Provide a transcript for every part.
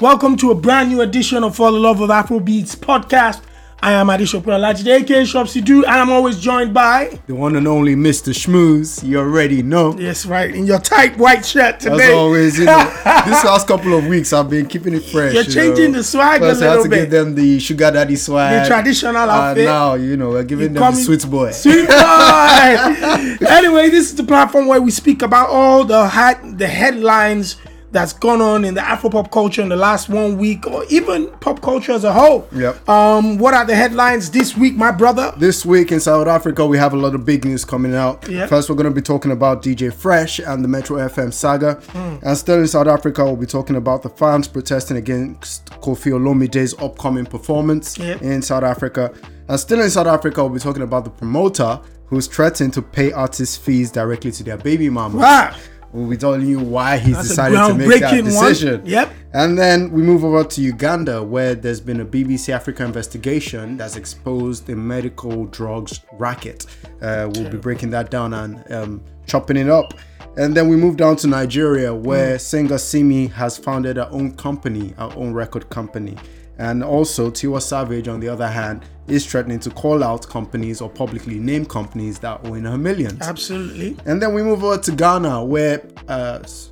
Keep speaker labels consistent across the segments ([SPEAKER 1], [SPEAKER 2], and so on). [SPEAKER 1] Welcome to a brand new edition of For the Love of Afrobeats podcast. I am Adishop Olajide, aka Shop Sidu, and I'm always joined by,
[SPEAKER 2] The one and only Mr. Schmooze, you already know.
[SPEAKER 1] yes, right, in your tight white shirt today.
[SPEAKER 2] As always, you know, this last couple of weeks I've been keeping it fresh.
[SPEAKER 1] You're
[SPEAKER 2] you
[SPEAKER 1] changing
[SPEAKER 2] know.
[SPEAKER 1] the swag a
[SPEAKER 2] First, I had
[SPEAKER 1] little
[SPEAKER 2] to
[SPEAKER 1] bit.
[SPEAKER 2] give them the sugar daddy swag.
[SPEAKER 1] The traditional outfit.
[SPEAKER 2] And now, you know, we're giving them the
[SPEAKER 1] coming-
[SPEAKER 2] sweet boy.
[SPEAKER 1] Sweet boy. anyway, this is the platform where we speak about all the hat, the headlines that's gone on in the Afropop culture in the last one week, or even pop culture as a whole.
[SPEAKER 2] Yep.
[SPEAKER 1] Um, what are the headlines this week, my brother?
[SPEAKER 2] This week in South Africa, we have a lot of big news coming out.
[SPEAKER 1] Yeah.
[SPEAKER 2] First, we're going to be talking about DJ Fresh and the Metro FM saga.
[SPEAKER 1] Hmm.
[SPEAKER 2] And still in South Africa, we'll be talking about the fans protesting against Kofi Olomide's upcoming performance
[SPEAKER 1] Yeah.
[SPEAKER 2] in South Africa. And still in South Africa, we'll be talking about the promoter who's threatened to pay artists' fees directly to their baby mamas.
[SPEAKER 1] Wow.
[SPEAKER 2] We'll be telling you why he's
[SPEAKER 1] That's a
[SPEAKER 2] decided to make that
[SPEAKER 1] groundbreaking one.
[SPEAKER 2] decision.
[SPEAKER 1] Yep.
[SPEAKER 2] And then we move over to Uganda, where there's been a BBC Africa investigation that's exposed a medical drugs racket. Uh, we'll be breaking that down and um, chopping it up. And then we move down to Nigeria, where
[SPEAKER 1] Hmm.
[SPEAKER 2] singer Simi has founded her own company, her own record company. And also, Tiwa Savage, on the other hand, is threatening to call out companies or publicly name companies that owe in her millions.
[SPEAKER 1] Absolutely.
[SPEAKER 2] And then we move over to Ghana, where uh, s-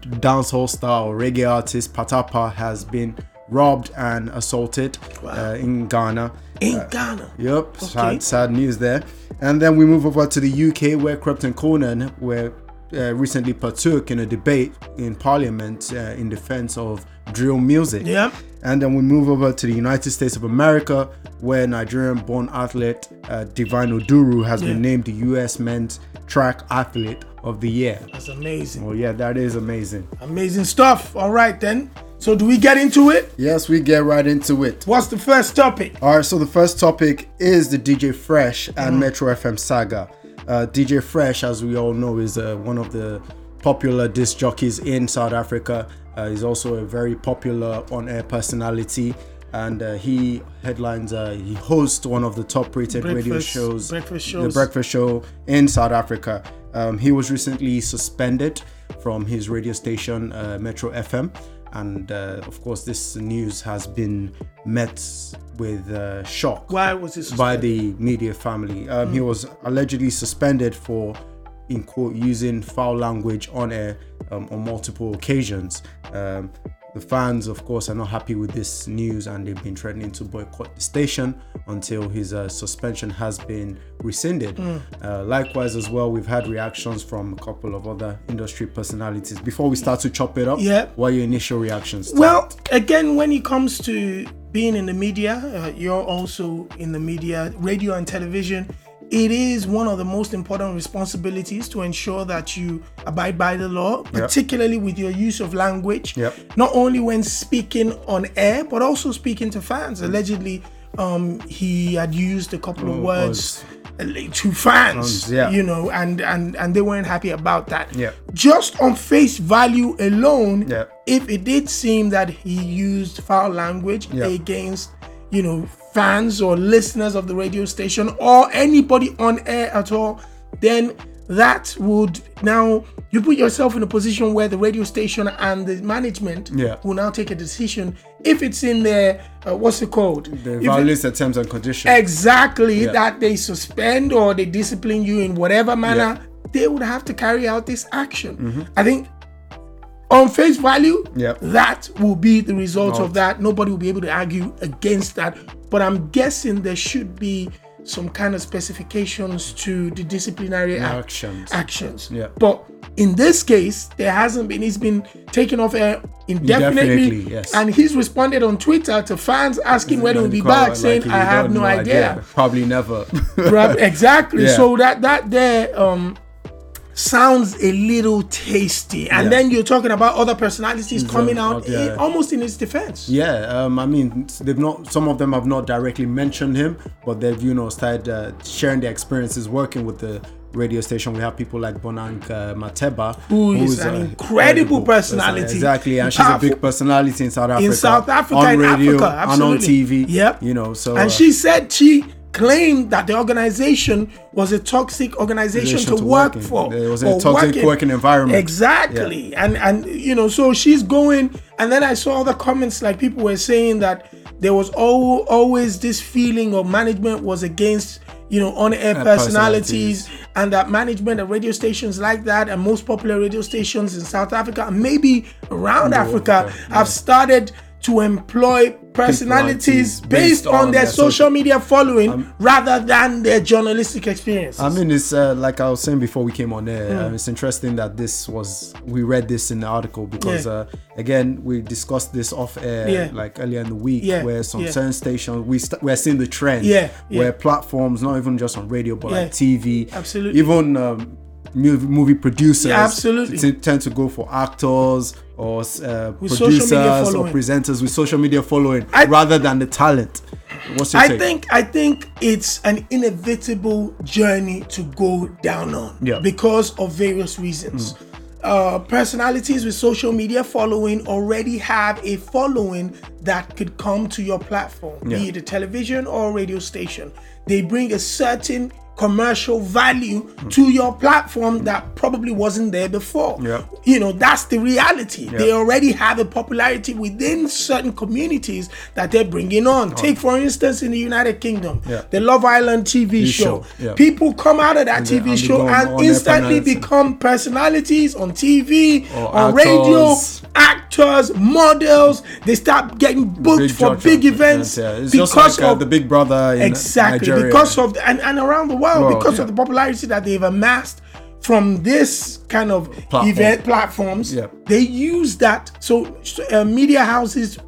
[SPEAKER 2] dancehall star or reggae artist Patapa has been robbed and assaulted uh, in Ghana.
[SPEAKER 1] In Ghana.
[SPEAKER 2] Yep,
[SPEAKER 1] Okay.
[SPEAKER 2] sad, sad news there. And then we move over to the UK, where Crepton Conan were uh, recently partook in a debate in Parliament uh, in defence of drill music.
[SPEAKER 1] Yep.
[SPEAKER 2] And then we move over to the United States of America, where Nigerian-born athlete uh, Divine Oduru has been
[SPEAKER 1] Yeah.
[SPEAKER 2] named the U.S. Men's Track Athlete of the Year.
[SPEAKER 1] That's amazing.
[SPEAKER 2] Well, yeah, that is amazing.
[SPEAKER 1] Amazing stuff. All right, then. So, do we get into it?
[SPEAKER 2] Yes, we get right into it.
[SPEAKER 1] What's the first topic?
[SPEAKER 2] All right, so the first topic is the DJ Fresh and
[SPEAKER 1] Mm.
[SPEAKER 2] Metro FM saga. Uh, DJ Fresh, as we all know, is uh, one of the popular disc jockeys in South Africa. Uh, he's also a very popular on air personality, and uh, he headlines, uh, he hosts one of the top rated radio
[SPEAKER 1] Breakfast-
[SPEAKER 2] shows,
[SPEAKER 1] breakfast
[SPEAKER 2] the
[SPEAKER 1] shows.
[SPEAKER 2] Breakfast Show in South Africa. Um, he was recently suspended from his radio station, uh, Metro FM. And uh, of course, this news has been met with uh, shock
[SPEAKER 1] Why was this?
[SPEAKER 2] by the media family. Um,
[SPEAKER 1] Mm.
[SPEAKER 2] He was allegedly suspended for, in quote, using foul language on air um, on multiple occasions. Um, the fans, of course, are not happy with this news and they've been threatening to boycott the station until his uh, suspension has been rescinded.
[SPEAKER 1] Mm.
[SPEAKER 2] Uh, likewise, as well, we've had reactions from a couple of other industry personalities. Before we start to chop it up,
[SPEAKER 1] Yeah.
[SPEAKER 2] what are your initial reactions? to
[SPEAKER 1] Well, again, when it comes to being in the media, uh, you're also in the media, radio and television. It is one of the most important responsibilities to ensure that you abide by the law, particularly with your use of language.
[SPEAKER 2] Yep.
[SPEAKER 1] Not only when speaking on air, but also speaking to fans. Allegedly, um, he had used a couple of words uh, to fans,
[SPEAKER 2] Oh, Fans, yeah.
[SPEAKER 1] you know, and and and they weren't happy about that.
[SPEAKER 2] Yeah.
[SPEAKER 1] Just on face value alone,
[SPEAKER 2] Yeah.
[SPEAKER 1] if it did seem that he used foul language
[SPEAKER 2] Yeah.
[SPEAKER 1] against you know fans or listeners of the radio station or anybody on air at all then that would now you put yourself in a position where the radio station and the management
[SPEAKER 2] Yeah.
[SPEAKER 1] will now take a decision if it's in their uh, what's it called
[SPEAKER 2] that?
[SPEAKER 1] If
[SPEAKER 2] They
[SPEAKER 1] it-
[SPEAKER 2] violates the terms and conditions.
[SPEAKER 1] exactly
[SPEAKER 2] Yeah.
[SPEAKER 1] that they suspend or they discipline you in whatever manner they would have to carry out this action
[SPEAKER 2] Mm-hmm.
[SPEAKER 1] i think on face value
[SPEAKER 2] Yep.
[SPEAKER 1] that will be the result of that nobody will be able to argue against that but i'm guessing there should be some kind of specifications to the disciplinary ac-
[SPEAKER 2] Actions.
[SPEAKER 1] actions
[SPEAKER 2] Yeah.
[SPEAKER 1] but in this case there hasn't been he's been taken off air indefinitely,
[SPEAKER 2] Indefinitely, yes.
[SPEAKER 1] and he's responded on twitter to fans asking when he'll be
[SPEAKER 2] Quite
[SPEAKER 1] back
[SPEAKER 2] like
[SPEAKER 1] saying
[SPEAKER 2] you
[SPEAKER 1] i have
[SPEAKER 2] don't
[SPEAKER 1] no idea
[SPEAKER 2] Probably never.
[SPEAKER 1] Right, exactly.
[SPEAKER 2] Yeah.
[SPEAKER 1] So that that there um sounds a little tasty, and
[SPEAKER 2] Yeah.
[SPEAKER 1] then you're talking about other personalities coming out
[SPEAKER 2] out, yeah.
[SPEAKER 1] in- almost in his defense.
[SPEAKER 2] yeah, um, I mean, they've not. Some of them have not directly mentioned him, but they've you know started uh, sharing their experiences working with the radio station. We have people like Bonang uh, Mateba,
[SPEAKER 1] Who is an
[SPEAKER 2] uh,
[SPEAKER 1] incredible personality.
[SPEAKER 2] Exactly, and she's a
[SPEAKER 1] Powerful.
[SPEAKER 2] big personality in South Africa,
[SPEAKER 1] South Africa,
[SPEAKER 2] on
[SPEAKER 1] in
[SPEAKER 2] radio
[SPEAKER 1] Africa,
[SPEAKER 2] and on
[SPEAKER 1] absolutely.
[SPEAKER 2] TV.
[SPEAKER 1] Yep.
[SPEAKER 2] you know. So uh,
[SPEAKER 1] And she said she claimed that the organization was a toxic organization
[SPEAKER 2] Relation
[SPEAKER 1] to,
[SPEAKER 2] to
[SPEAKER 1] work
[SPEAKER 2] working.
[SPEAKER 1] for.
[SPEAKER 2] It was a
[SPEAKER 1] or
[SPEAKER 2] toxic working environment.
[SPEAKER 1] Exactly. And and you know, so she's going and then I saw other comments like people were saying that there was al- always this feeling of management was against you know on-air
[SPEAKER 2] Uh,
[SPEAKER 1] personalities, and that management at radio stations like that and most popular radio stations in South Africa and maybe around Africa
[SPEAKER 2] Africa,
[SPEAKER 1] have started to employ personalities
[SPEAKER 2] Personalities
[SPEAKER 1] based,
[SPEAKER 2] based
[SPEAKER 1] on,
[SPEAKER 2] on
[SPEAKER 1] their,
[SPEAKER 2] their
[SPEAKER 1] social,
[SPEAKER 2] social- Um,
[SPEAKER 1] media following rather than their journalistic experience.
[SPEAKER 2] I mean, it's uh, like I was saying before we came on air.
[SPEAKER 1] Hmm.
[SPEAKER 2] uh, it's interesting that this was we read this in the article because
[SPEAKER 1] Yeah.
[SPEAKER 2] uh, again we discussed this off air
[SPEAKER 1] Yeah.
[SPEAKER 2] like earlier in the week,
[SPEAKER 1] Yeah,
[SPEAKER 2] where some
[SPEAKER 1] yeah.
[SPEAKER 2] certain stations we st- we're seeing the trend,
[SPEAKER 1] Yeah, yeah.
[SPEAKER 2] where platforms not even just on radio but like
[SPEAKER 1] Yeah,
[SPEAKER 2] TV,
[SPEAKER 1] absolutely.
[SPEAKER 2] even. Um, mu- Movie producers
[SPEAKER 1] Yeah, absolutely.
[SPEAKER 2] t- tend to go for actors or uh,
[SPEAKER 1] social media
[SPEAKER 2] producers or
[SPEAKER 1] following.
[SPEAKER 2] presenters with social media following
[SPEAKER 1] I-
[SPEAKER 2] rather than the talent. What's your
[SPEAKER 1] I
[SPEAKER 2] take?
[SPEAKER 1] think I think it's an inevitable journey to go down on
[SPEAKER 2] Yeah. Hmm.
[SPEAKER 1] because of various reasons. Uh, personalities with social media following already have a following that could come to your platform, be
[SPEAKER 2] Yeah.
[SPEAKER 1] it a television or a radio station. They bring a certain commercial value
[SPEAKER 2] Hmm.
[SPEAKER 1] to your platform that probably wasn't there before.
[SPEAKER 2] Yeah.
[SPEAKER 1] You know, that's the reality. They already have a popularity within certain communities that they're bringing on. Take, for instance, in the United Kingdom,
[SPEAKER 2] Oh. Yeah.
[SPEAKER 1] the Love Island TV show.
[SPEAKER 2] show, yeah.
[SPEAKER 1] People come out of that
[SPEAKER 2] they-
[SPEAKER 1] TV
[SPEAKER 2] and they
[SPEAKER 1] show
[SPEAKER 2] go on-
[SPEAKER 1] and
[SPEAKER 2] on their
[SPEAKER 1] instantly
[SPEAKER 2] panels.
[SPEAKER 1] become personalities on TV,
[SPEAKER 2] Or
[SPEAKER 1] on radio,
[SPEAKER 2] actors.
[SPEAKER 1] actors, models. They start getting booked for
[SPEAKER 2] judge
[SPEAKER 1] big
[SPEAKER 2] of-
[SPEAKER 1] events
[SPEAKER 2] yeah, it's
[SPEAKER 1] because
[SPEAKER 2] just like, uh,
[SPEAKER 1] of
[SPEAKER 2] the Big Brother in
[SPEAKER 1] exactly
[SPEAKER 2] Nigeria.
[SPEAKER 1] because of the, and, and around the world,
[SPEAKER 2] World,
[SPEAKER 1] because
[SPEAKER 2] yeah.
[SPEAKER 1] of the popularity that they've amassed from this kind of
[SPEAKER 2] Platform.
[SPEAKER 1] event platforms
[SPEAKER 2] Yeah.
[SPEAKER 1] they use that so uh, media houses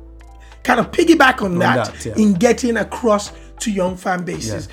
[SPEAKER 1] kind of piggyback on, that,
[SPEAKER 2] that, yeah.
[SPEAKER 1] in getting across to young fan bases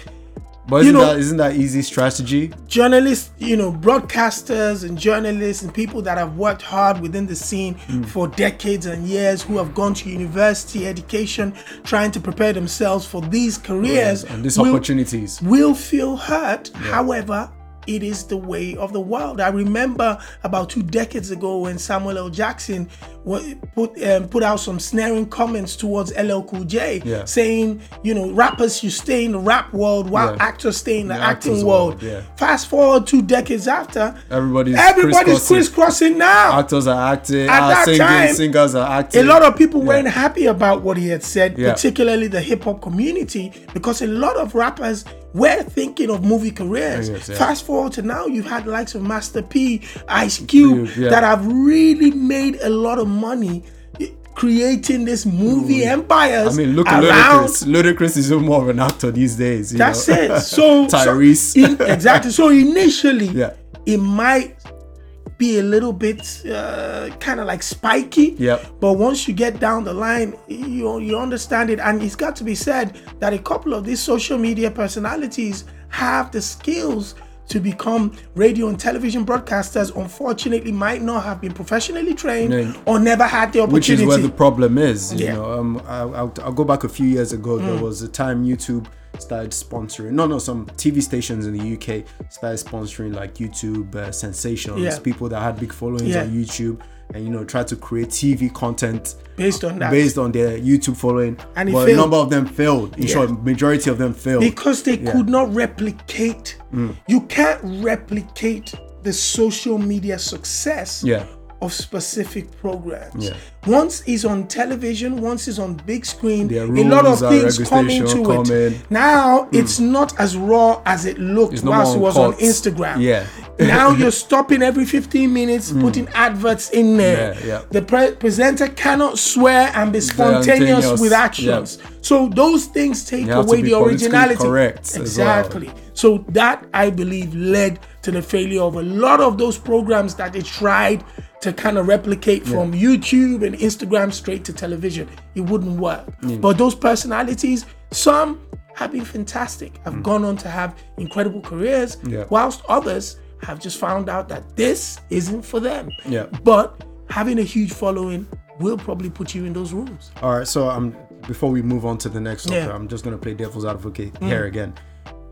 [SPEAKER 2] but isn't,
[SPEAKER 1] you know-
[SPEAKER 2] that, isn't that easy strategy?
[SPEAKER 1] journalists, you know, broadcasters and journalists and people that have worked hard within the scene
[SPEAKER 2] Mm.
[SPEAKER 1] for decades and years who have gone to university education trying to prepare themselves for these careers
[SPEAKER 2] and these
[SPEAKER 1] will-
[SPEAKER 2] opportunities.
[SPEAKER 1] will feel hurt. However, it is the way of the world. I remember about two decades ago when Samuel L. Jackson wa- put um, put out some snaring comments towards LL Cool J,
[SPEAKER 2] Yeah.
[SPEAKER 1] saying, you know, rappers should stay in the rap world while
[SPEAKER 2] Yeah.
[SPEAKER 1] actors stay in the,
[SPEAKER 2] The
[SPEAKER 1] acting
[SPEAKER 2] actors
[SPEAKER 1] world.
[SPEAKER 2] world, yeah.
[SPEAKER 1] Fast forward two decades after,
[SPEAKER 2] Everybody's
[SPEAKER 1] everybody's
[SPEAKER 2] crisscrossing.
[SPEAKER 1] crisscrossing now.
[SPEAKER 2] Actors are acting,
[SPEAKER 1] At
[SPEAKER 2] are
[SPEAKER 1] that
[SPEAKER 2] singing,
[SPEAKER 1] time,
[SPEAKER 2] singers are acting.
[SPEAKER 1] a lot of people weren't
[SPEAKER 2] Yeah.
[SPEAKER 1] happy about what he had said,
[SPEAKER 2] Yeah.
[SPEAKER 1] particularly the hip hop community, because a lot of rappers were thinking of movie careers.
[SPEAKER 2] Careers, yeah.
[SPEAKER 1] Fast forward to now, you've had the likes of Master P, Ice Cube,
[SPEAKER 2] Cube, yeah.
[SPEAKER 1] that have really made a lot of money i- creating this movie empires
[SPEAKER 2] I mean, look at
[SPEAKER 1] around.
[SPEAKER 2] Ludacris. Ludacris is even more of an actor these days. you
[SPEAKER 1] That's
[SPEAKER 2] know?
[SPEAKER 1] it. So so
[SPEAKER 2] Tyrese.
[SPEAKER 1] in- exactly. So initially,
[SPEAKER 2] Yeah.
[SPEAKER 1] it might be a little bit uh, kind of like spiky.
[SPEAKER 2] Yep.
[SPEAKER 1] But once you get down the line, you you understand it, and it's got to be said that a couple of these social media personalities have the skills to become radio and television broadcasters. Unfortunately, might not have been professionally trained
[SPEAKER 2] No.
[SPEAKER 1] or never had the opportunity.
[SPEAKER 2] which is where the problem is. You
[SPEAKER 1] Yeah. Mm.
[SPEAKER 2] know, um, I, I'll, I'll go back a few years ago. There was a time YouTube started sponsoring. No, no, some TV stations in the UK started sponsoring like YouTube uh, sensations,
[SPEAKER 1] Yeah.
[SPEAKER 2] people that had big followings
[SPEAKER 1] Yeah.
[SPEAKER 2] on YouTube, and you know, try to create TV content
[SPEAKER 1] based on that.
[SPEAKER 2] based on their YouTube following.
[SPEAKER 1] And it
[SPEAKER 2] but
[SPEAKER 1] failed.
[SPEAKER 2] a number of them failed. In
[SPEAKER 1] Yeah.
[SPEAKER 2] short, majority of them failed. Mm.
[SPEAKER 1] because they could not replicate you can't replicate the social media success
[SPEAKER 2] Yeah.
[SPEAKER 1] of specific programs
[SPEAKER 2] Yeah.
[SPEAKER 1] once it's on television once it's on big screen
[SPEAKER 2] Their
[SPEAKER 1] a lot of
[SPEAKER 2] rules uh, are
[SPEAKER 1] things come into
[SPEAKER 2] regulation, come
[SPEAKER 1] it
[SPEAKER 2] in.
[SPEAKER 1] now it's not as raw as it looked
[SPEAKER 2] Hmm. no
[SPEAKER 1] whilst it
[SPEAKER 2] more
[SPEAKER 1] was on
[SPEAKER 2] cuts.
[SPEAKER 1] instagram
[SPEAKER 2] Yeah. Hmm.
[SPEAKER 1] now you're stopping every 15 minutes putting adverts in there
[SPEAKER 2] Yeah, yeah.
[SPEAKER 1] the pre- presenter cannot swear and be spontaneous,
[SPEAKER 2] Spontaneous,
[SPEAKER 1] with
[SPEAKER 2] yeah.
[SPEAKER 1] actions so those things take
[SPEAKER 2] You have to
[SPEAKER 1] away
[SPEAKER 2] be
[SPEAKER 1] the
[SPEAKER 2] politically
[SPEAKER 1] originality.
[SPEAKER 2] correct as well.
[SPEAKER 1] exactly. So that I believe led to the failure of a lot of those programs that they tried to kind of replicate from YouTube and Instagram straight to television. It wouldn't work. But those personalities, some have been fantastic, have gone on to have incredible careers,
[SPEAKER 2] Mm. Yeah.
[SPEAKER 1] whilst others have just found out that this isn't for them.
[SPEAKER 2] Yeah.
[SPEAKER 1] But having a huge following will probably put you in those rooms.
[SPEAKER 2] All right, so um, before we move on to the next topic,
[SPEAKER 1] Yeah. Mm.
[SPEAKER 2] I'm just gonna play devil's advocate here again.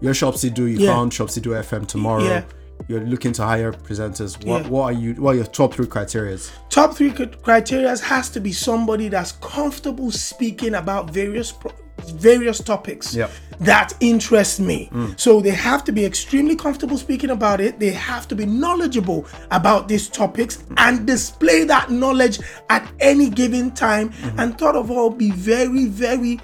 [SPEAKER 2] You're Shopsidu, you
[SPEAKER 1] Yeah.
[SPEAKER 2] found Shopsidu FM tomorrow.
[SPEAKER 1] Yeah.
[SPEAKER 2] You're looking to hire presenters. What
[SPEAKER 1] Yeah.
[SPEAKER 2] what are you? What are your top three criteria?
[SPEAKER 1] top three criteria has to be somebody that's comfortable speaking about various pro- various topics
[SPEAKER 2] Yep.
[SPEAKER 1] that interest me.
[SPEAKER 2] Mm.
[SPEAKER 1] So they have to be extremely comfortable speaking about it. They have to be knowledgeable about these topics
[SPEAKER 2] Mm.
[SPEAKER 1] and display that knowledge at any given time.
[SPEAKER 2] Mm-hmm.
[SPEAKER 1] And third of all, be very, very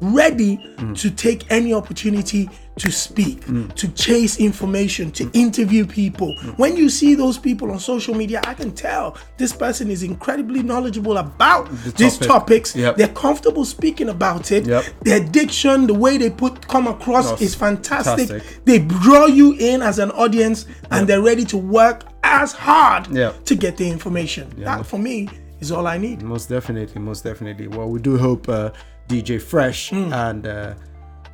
[SPEAKER 1] ready
[SPEAKER 2] Mm.
[SPEAKER 1] to take any opportunity to speak, to chase information,
[SPEAKER 2] Mm.
[SPEAKER 1] to interview people. When you see those people on social media, I can tell this person is incredibly knowledgeable about these
[SPEAKER 2] topic.
[SPEAKER 1] topics.
[SPEAKER 2] Yep.
[SPEAKER 1] They're comfortable speaking about it.
[SPEAKER 2] Yep.
[SPEAKER 1] Their diction, the way they put come across
[SPEAKER 2] That's
[SPEAKER 1] is fantastic.
[SPEAKER 2] fantastic.
[SPEAKER 1] They draw you in as an audience and they're ready to work as hard
[SPEAKER 2] Yep.
[SPEAKER 1] to get the information. That for me is all I need.
[SPEAKER 2] Most definitely, most definitely. Well, we do hope uh, DJ Fresh
[SPEAKER 1] Hmm.
[SPEAKER 2] and uh,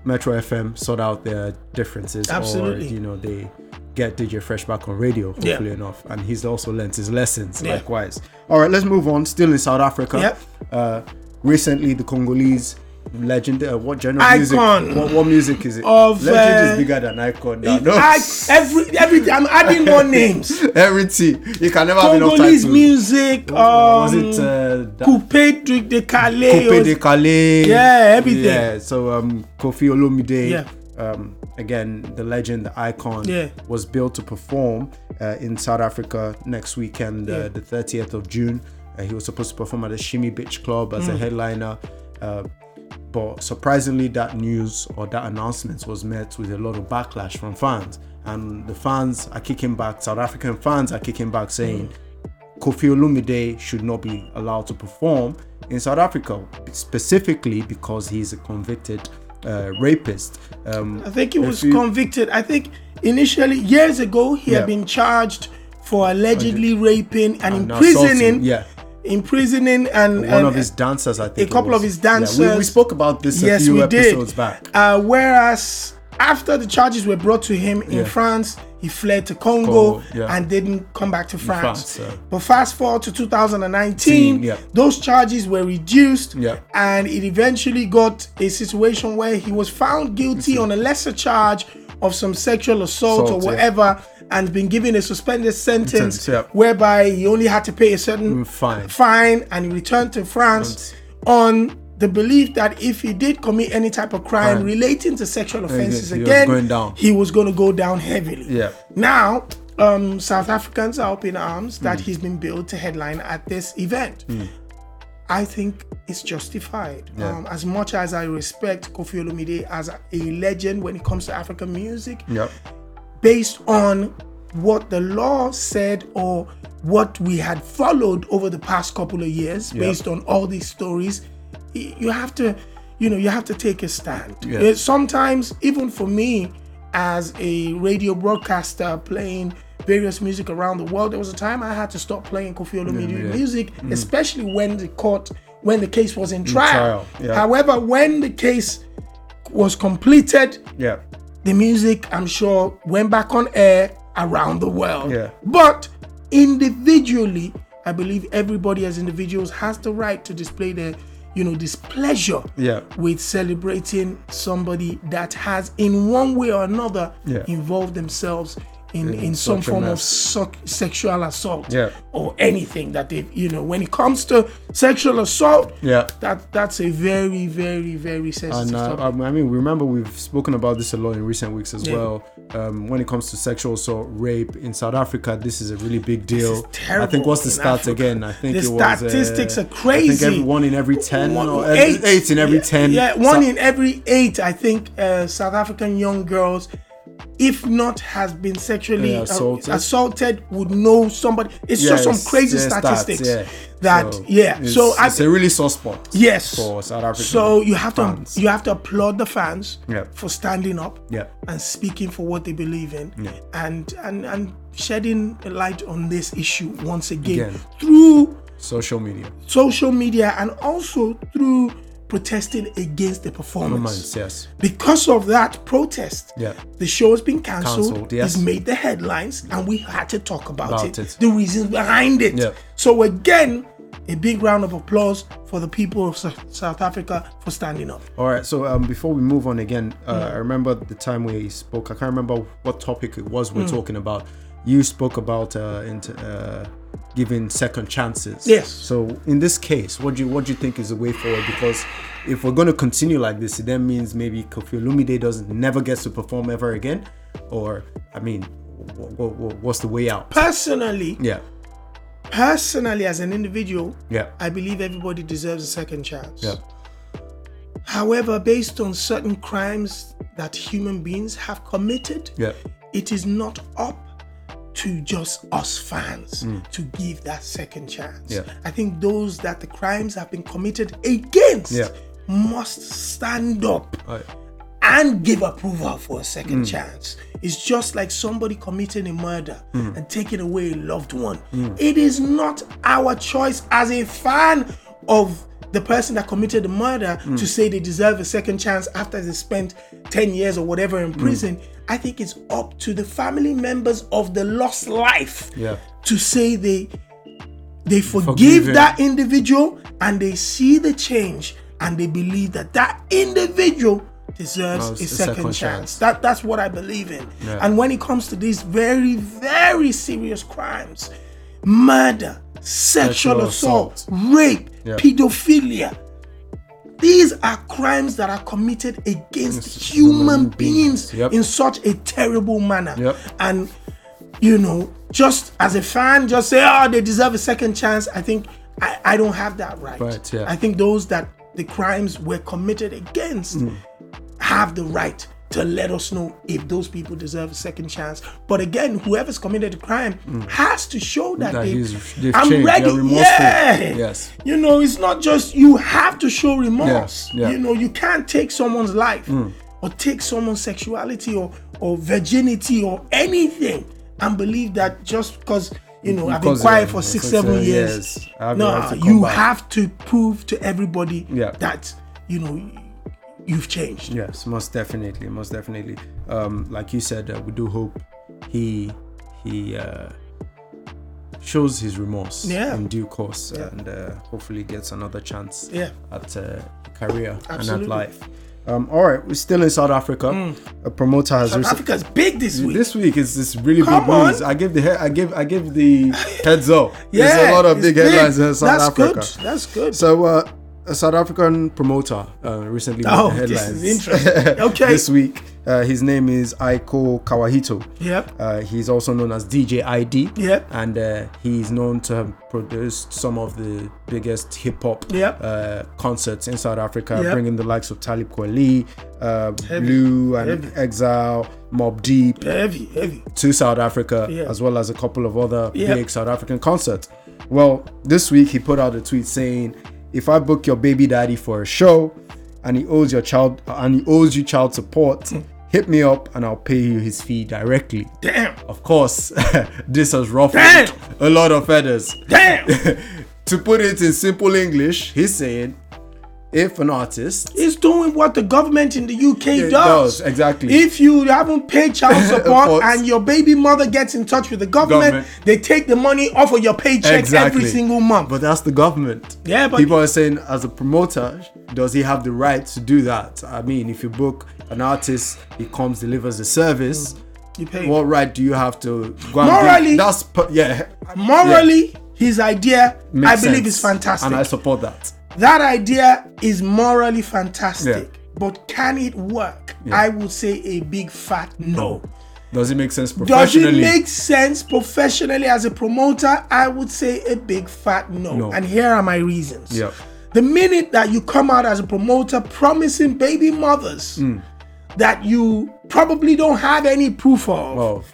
[SPEAKER 2] Metro FM sort out their differences,
[SPEAKER 1] Absolutely.
[SPEAKER 2] or you know they get DJ Fresh back on radio, hopefully
[SPEAKER 1] Yeah.
[SPEAKER 2] enough. And he's also learnt his lessons,
[SPEAKER 1] Yeah.
[SPEAKER 2] likewise. All right, let's move on. Still in South Africa.
[SPEAKER 1] Yep.
[SPEAKER 2] Uh, recently, the Congolese legend. Uh, what genre of
[SPEAKER 1] Icon.
[SPEAKER 2] music? What, what music is it?
[SPEAKER 1] Of,
[SPEAKER 2] legend
[SPEAKER 1] uh,
[SPEAKER 2] is bigger than icon. Now. No,
[SPEAKER 1] I, every every I'm adding more names.
[SPEAKER 2] every tea. You can never have enough
[SPEAKER 1] Congolese
[SPEAKER 2] titles.
[SPEAKER 1] music, um,
[SPEAKER 2] was it uh, Da-
[SPEAKER 1] Coupe du- de Calais.
[SPEAKER 2] Coupé de Calais.
[SPEAKER 1] Yeah, everything.
[SPEAKER 2] Yeah, so um, Kofi Olomide,
[SPEAKER 1] Yeah.
[SPEAKER 2] um, again, the legend, the icon,
[SPEAKER 1] Yeah.
[SPEAKER 2] was built to perform uh, in South Africa next weekend, uh,
[SPEAKER 1] Yeah.
[SPEAKER 2] the 30th of June. Uh, he was supposed to perform at the Shimmy Beach Club
[SPEAKER 1] Mm.
[SPEAKER 2] as a headliner. Uh, but surprisingly, that news or that announcement was met with a lot of backlash from fans. And the fans are kicking back, South African fans are kicking back
[SPEAKER 1] Mm.
[SPEAKER 2] saying, Kofi Olumide should not be allowed to perform in South Africa, specifically because he's a convicted uh, rapist. Um,
[SPEAKER 1] I think he was
[SPEAKER 2] you-
[SPEAKER 1] convicted. I think initially years ago he
[SPEAKER 2] Yeah.
[SPEAKER 1] had been charged for allegedly raping and,
[SPEAKER 2] and assaulting-
[SPEAKER 1] imprisoning,
[SPEAKER 2] yeah,
[SPEAKER 1] imprisoning and
[SPEAKER 2] one
[SPEAKER 1] and-
[SPEAKER 2] of his dancers, I think. it
[SPEAKER 1] Um, couple of
[SPEAKER 2] was.
[SPEAKER 1] his
[SPEAKER 2] Yeah, we- we,
[SPEAKER 1] dancers.
[SPEAKER 2] spoke about this a
[SPEAKER 1] yes,
[SPEAKER 2] few
[SPEAKER 1] we
[SPEAKER 2] episodes
[SPEAKER 1] did.
[SPEAKER 2] back.
[SPEAKER 1] Uh, whereas after the charges were brought to him in France, he fled to Congo,
[SPEAKER 2] Congo, yeah.
[SPEAKER 1] and didn't come back to France.
[SPEAKER 2] France, yeah.
[SPEAKER 1] But fast forward to 2019,
[SPEAKER 2] Yeah.
[SPEAKER 1] those charges were reduced,
[SPEAKER 2] Yeah.
[SPEAKER 1] and it eventually got a situation where he was found guilty on a lesser charge of some sexual assault,
[SPEAKER 2] Assault,
[SPEAKER 1] or
[SPEAKER 2] yeah.
[SPEAKER 1] whatever. And been given a suspended sentence,
[SPEAKER 2] Sentence, yeah.
[SPEAKER 1] whereby he only had to pay a certain
[SPEAKER 2] Fine.
[SPEAKER 1] fine and he returned to France on the belief that if he did commit any type of crime
[SPEAKER 2] Crime.
[SPEAKER 1] relating to sexual offenses
[SPEAKER 2] he was
[SPEAKER 1] again,
[SPEAKER 2] going down.
[SPEAKER 1] he was going to go down heavily.
[SPEAKER 2] Yeah.
[SPEAKER 1] Now, um, South Africans are up in arms that
[SPEAKER 2] Hmm.
[SPEAKER 1] he's been billed to headline at this event. I think it's justified. Um, as much as I respect Kofi Olomide as a a legend when it comes to African music,
[SPEAKER 2] Yep.
[SPEAKER 1] based on what the law said or what we had followed over the past couple of years based on all these stories y- you have to you know you have to take a stand
[SPEAKER 2] Yeah.
[SPEAKER 1] Uh, sometimes even for me as a radio broadcaster playing various music around the world there was a time i had to stop playing kofi olomide music
[SPEAKER 2] Mm.
[SPEAKER 1] especially when the court when the case was in trial,
[SPEAKER 2] trial, yeah.
[SPEAKER 1] however when the case was completed
[SPEAKER 2] Yeah.
[SPEAKER 1] the music, I'm sure, went back on air around the world.
[SPEAKER 2] Yeah.
[SPEAKER 1] But individually, I believe everybody as individuals has the right to display their, you know, displeasure
[SPEAKER 2] Yeah.
[SPEAKER 1] with celebrating somebody that has, in one way or another,
[SPEAKER 2] Yeah.
[SPEAKER 1] involved themselves in, in, some
[SPEAKER 2] such a
[SPEAKER 1] form of
[SPEAKER 2] mess.
[SPEAKER 1] soc- sexual assault
[SPEAKER 2] Yeah.
[SPEAKER 1] or anything that they, you know, when it comes to sexual assault,
[SPEAKER 2] Yeah.
[SPEAKER 1] that that's a very, very, very sensitive
[SPEAKER 2] And uh,
[SPEAKER 1] topic.
[SPEAKER 2] I I mean, remember we've spoken about this a lot in recent weeks as
[SPEAKER 1] Yeah.
[SPEAKER 2] well. Um, when it comes to sexual assault, rape in South Africa, this is a really big deal.
[SPEAKER 1] is terrible
[SPEAKER 2] I think what's the
[SPEAKER 1] in
[SPEAKER 2] stats
[SPEAKER 1] Africa.
[SPEAKER 2] again? I think
[SPEAKER 1] The
[SPEAKER 2] it was, uh,
[SPEAKER 1] statistics are
[SPEAKER 2] I think
[SPEAKER 1] crazy.
[SPEAKER 2] every one in every ten,
[SPEAKER 1] One-
[SPEAKER 2] or every- eight. in every
[SPEAKER 1] yeah,
[SPEAKER 2] ten.
[SPEAKER 1] Yeah, one
[SPEAKER 2] Sou-
[SPEAKER 1] in every eight, I think, uh, South African young girls, if not has been sexually
[SPEAKER 2] Yeah,
[SPEAKER 1] uh, assaulted.
[SPEAKER 2] assaulted.
[SPEAKER 1] would know somebody. It's
[SPEAKER 2] Yeah,
[SPEAKER 1] just some
[SPEAKER 2] it's-
[SPEAKER 1] crazy
[SPEAKER 2] yeah, stats,
[SPEAKER 1] statistics
[SPEAKER 2] yeah.
[SPEAKER 1] that
[SPEAKER 2] So
[SPEAKER 1] yeah.
[SPEAKER 2] It's,
[SPEAKER 1] so I
[SPEAKER 2] it's a really soft spot.
[SPEAKER 1] yes.
[SPEAKER 2] for South Africa.
[SPEAKER 1] so you have
[SPEAKER 2] fans.
[SPEAKER 1] to you have to applaud the fans
[SPEAKER 2] Yeah.
[SPEAKER 1] for standing up
[SPEAKER 2] Yeah.
[SPEAKER 1] and speaking for what they believe in and and and shedding a light on this issue once again.
[SPEAKER 2] Again.
[SPEAKER 1] through
[SPEAKER 2] social media.
[SPEAKER 1] social media and also through protesting against the performance.
[SPEAKER 2] Romance, yes.
[SPEAKER 1] Because of that protest,
[SPEAKER 2] Yeah.
[SPEAKER 1] the show has been cancelled.
[SPEAKER 2] Cancelled, yes.
[SPEAKER 1] It's made the headlines, and we had to talk about,
[SPEAKER 2] About
[SPEAKER 1] it,
[SPEAKER 2] it.
[SPEAKER 1] the reasons behind it.
[SPEAKER 2] Yeah.
[SPEAKER 1] So again, a big round of applause for the people of Sou- South Africa for standing up.
[SPEAKER 2] All right. So um, before we move on again, uh, I remember the time we spoke. I can't remember what topic it was we're talking about. You spoke about uh, inter- uh, given second chances.
[SPEAKER 1] Yes.
[SPEAKER 2] So in this case, what do you what do you think is the way forward? Because if we're going to continue like this, it then means maybe Kofi Olumide doesn't never gets to perform ever again, or I mean, wh- wh- wh- what's the way out?
[SPEAKER 1] Personally,
[SPEAKER 2] Yeah.
[SPEAKER 1] personally as an individual,
[SPEAKER 2] Yeah.
[SPEAKER 1] I believe everybody deserves a second chance.
[SPEAKER 2] Yeah.
[SPEAKER 1] However, based on certain crimes that human beings have committed,
[SPEAKER 2] Yeah.
[SPEAKER 1] it is not up to just us fans to give that second chance.
[SPEAKER 2] Mm. Yeah.
[SPEAKER 1] I think those that the crimes have been committed against
[SPEAKER 2] Yeah.
[SPEAKER 1] must stand up
[SPEAKER 2] All right.
[SPEAKER 1] and give approval for a second chance. It's just like somebody committing a murder and taking away a loved one. It is not our choice as a fan of the person that committed the murder to say they deserve a second chance after they spent 10 years or whatever in prison. I think it's up to the family members of the lost life
[SPEAKER 2] Yeah.
[SPEAKER 1] to say they they forgive,
[SPEAKER 2] Forgive him.
[SPEAKER 1] that individual and they see the change and they believe that that individual deserves
[SPEAKER 2] Oh,
[SPEAKER 1] a
[SPEAKER 2] it's a
[SPEAKER 1] second,
[SPEAKER 2] second
[SPEAKER 1] chance.
[SPEAKER 2] chance.
[SPEAKER 1] That that's what I believe in.
[SPEAKER 2] Yeah.
[SPEAKER 1] And when it comes to these very very serious crimes, murder, sexual,
[SPEAKER 2] Sexual
[SPEAKER 1] assault,
[SPEAKER 2] assault.
[SPEAKER 1] rape,
[SPEAKER 2] Yeah.
[SPEAKER 1] pedophilia, these are crimes that are committed against human beings
[SPEAKER 2] Yep.
[SPEAKER 1] in such a terrible manner.
[SPEAKER 2] Yep.
[SPEAKER 1] And you know, just as a fan, just say, oh, they deserve a second chance. I think I, I don't have that right.
[SPEAKER 2] Right, yeah.
[SPEAKER 1] I think those that the crimes were committed against
[SPEAKER 2] Mm.
[SPEAKER 1] have the right to let us know if those people deserve a second chance. But again, whoever's committed the crime has to show that,
[SPEAKER 2] Mm. That
[SPEAKER 1] they,
[SPEAKER 2] he's- they've
[SPEAKER 1] I'm
[SPEAKER 2] changed, they're
[SPEAKER 1] ready.
[SPEAKER 2] remorseful.
[SPEAKER 1] Yeah.
[SPEAKER 2] Yes.
[SPEAKER 1] You know, it's not just you have to show remorse.
[SPEAKER 2] Yeah, Mm. yeah.
[SPEAKER 1] You know, you can't take someone's life or take someone's sexuality or or virginity or anything and believe that just because you know I've been
[SPEAKER 2] Because,
[SPEAKER 1] quiet
[SPEAKER 2] uh,
[SPEAKER 1] for six
[SPEAKER 2] for
[SPEAKER 1] seven
[SPEAKER 2] seven
[SPEAKER 1] years.
[SPEAKER 2] years, I have the
[SPEAKER 1] no,
[SPEAKER 2] right to come
[SPEAKER 1] you
[SPEAKER 2] back.
[SPEAKER 1] have to prove to everybody
[SPEAKER 2] Yeah.
[SPEAKER 1] that you know you've changed.
[SPEAKER 2] Yes, most definitely, most definitely. Um, like you said, uh, we do hope he he uh, shows his remorse
[SPEAKER 1] Yeah.
[SPEAKER 2] in due course and uh, hopefully gets another chance
[SPEAKER 1] Yeah.
[SPEAKER 2] at uh, career and
[SPEAKER 1] Absolutely. Hmm.
[SPEAKER 2] at life. Um, all right, we're still in South Africa. A promoter has
[SPEAKER 1] South
[SPEAKER 2] rece-
[SPEAKER 1] Africa's big this week.
[SPEAKER 2] this week is this really
[SPEAKER 1] Come
[SPEAKER 2] big news.
[SPEAKER 1] on.
[SPEAKER 2] I give the he- I give I give the heads up. There's a lot of
[SPEAKER 1] it's
[SPEAKER 2] big headlines in South
[SPEAKER 1] That's
[SPEAKER 2] Africa.
[SPEAKER 1] Good. That's good.
[SPEAKER 2] So, uh, a South African promoter uh, recently made
[SPEAKER 1] Oh,
[SPEAKER 2] the
[SPEAKER 1] this
[SPEAKER 2] headlines.
[SPEAKER 1] is interesting. Okay.
[SPEAKER 2] this week, uh, his name is Aiko Kawahito.
[SPEAKER 1] Yep.
[SPEAKER 2] Uh, he's also known as DJ ID.
[SPEAKER 1] Yep.
[SPEAKER 2] And uh, he's known to have produced some of the biggest hip hop
[SPEAKER 1] Yep.
[SPEAKER 2] uh, concerts in South Africa,
[SPEAKER 1] Yep.
[SPEAKER 2] bringing the likes of Talib Kweli, uh, Blue and
[SPEAKER 1] Heavy.
[SPEAKER 2] Exile, Mob Deep,
[SPEAKER 1] Heavy, heavy.
[SPEAKER 2] to South Africa,
[SPEAKER 1] Yeah.
[SPEAKER 2] as well as a couple of other
[SPEAKER 1] Yeah.
[SPEAKER 2] big South African concerts. Well, this week he put out a tweet saying, "If I book your baby daddy for a show, and he owes your child and he owes you child support,
[SPEAKER 1] Hmm.
[SPEAKER 2] hit me up and I'll pay you his fee directly."
[SPEAKER 1] Damn.
[SPEAKER 2] Of course, this has ruffled
[SPEAKER 1] Damn.
[SPEAKER 2] a lot of feathers.
[SPEAKER 1] Damn.
[SPEAKER 2] to put it in simple English, he's saying, if an artist
[SPEAKER 1] It's doing what the government in the UK does.
[SPEAKER 2] does exactly
[SPEAKER 1] If you haven't paid child support
[SPEAKER 2] course.
[SPEAKER 1] and your baby mother gets in touch with the government,
[SPEAKER 2] Government.
[SPEAKER 1] they take the money off of your paycheck every single month.
[SPEAKER 2] But that's the government.
[SPEAKER 1] Yeah, but-
[SPEAKER 2] people are saying, as a promoter, does he have the right to do that? I mean, if you book an artist, he comes, delivers the service.
[SPEAKER 1] you pay.
[SPEAKER 2] What right do you have to go and
[SPEAKER 1] Morally-
[SPEAKER 2] do? That's per- yeah.
[SPEAKER 1] Morally, his idea,
[SPEAKER 2] makes
[SPEAKER 1] I believe,
[SPEAKER 2] sense.
[SPEAKER 1] is fantastic.
[SPEAKER 2] and I support that.
[SPEAKER 1] that idea is morally fantastic,
[SPEAKER 2] Yeah.
[SPEAKER 1] but can it work? I would say a big fat no.
[SPEAKER 2] Does it make sense
[SPEAKER 1] Does it
[SPEAKER 2] professionally?
[SPEAKER 1] make sense professionally as a promoter? I would say a big fat no.
[SPEAKER 2] No.
[SPEAKER 1] And here are my reasons.
[SPEAKER 2] Yep.
[SPEAKER 1] The minute that you come out as a promoter promising baby mothers that you probably don't have any proof of
[SPEAKER 2] Oh,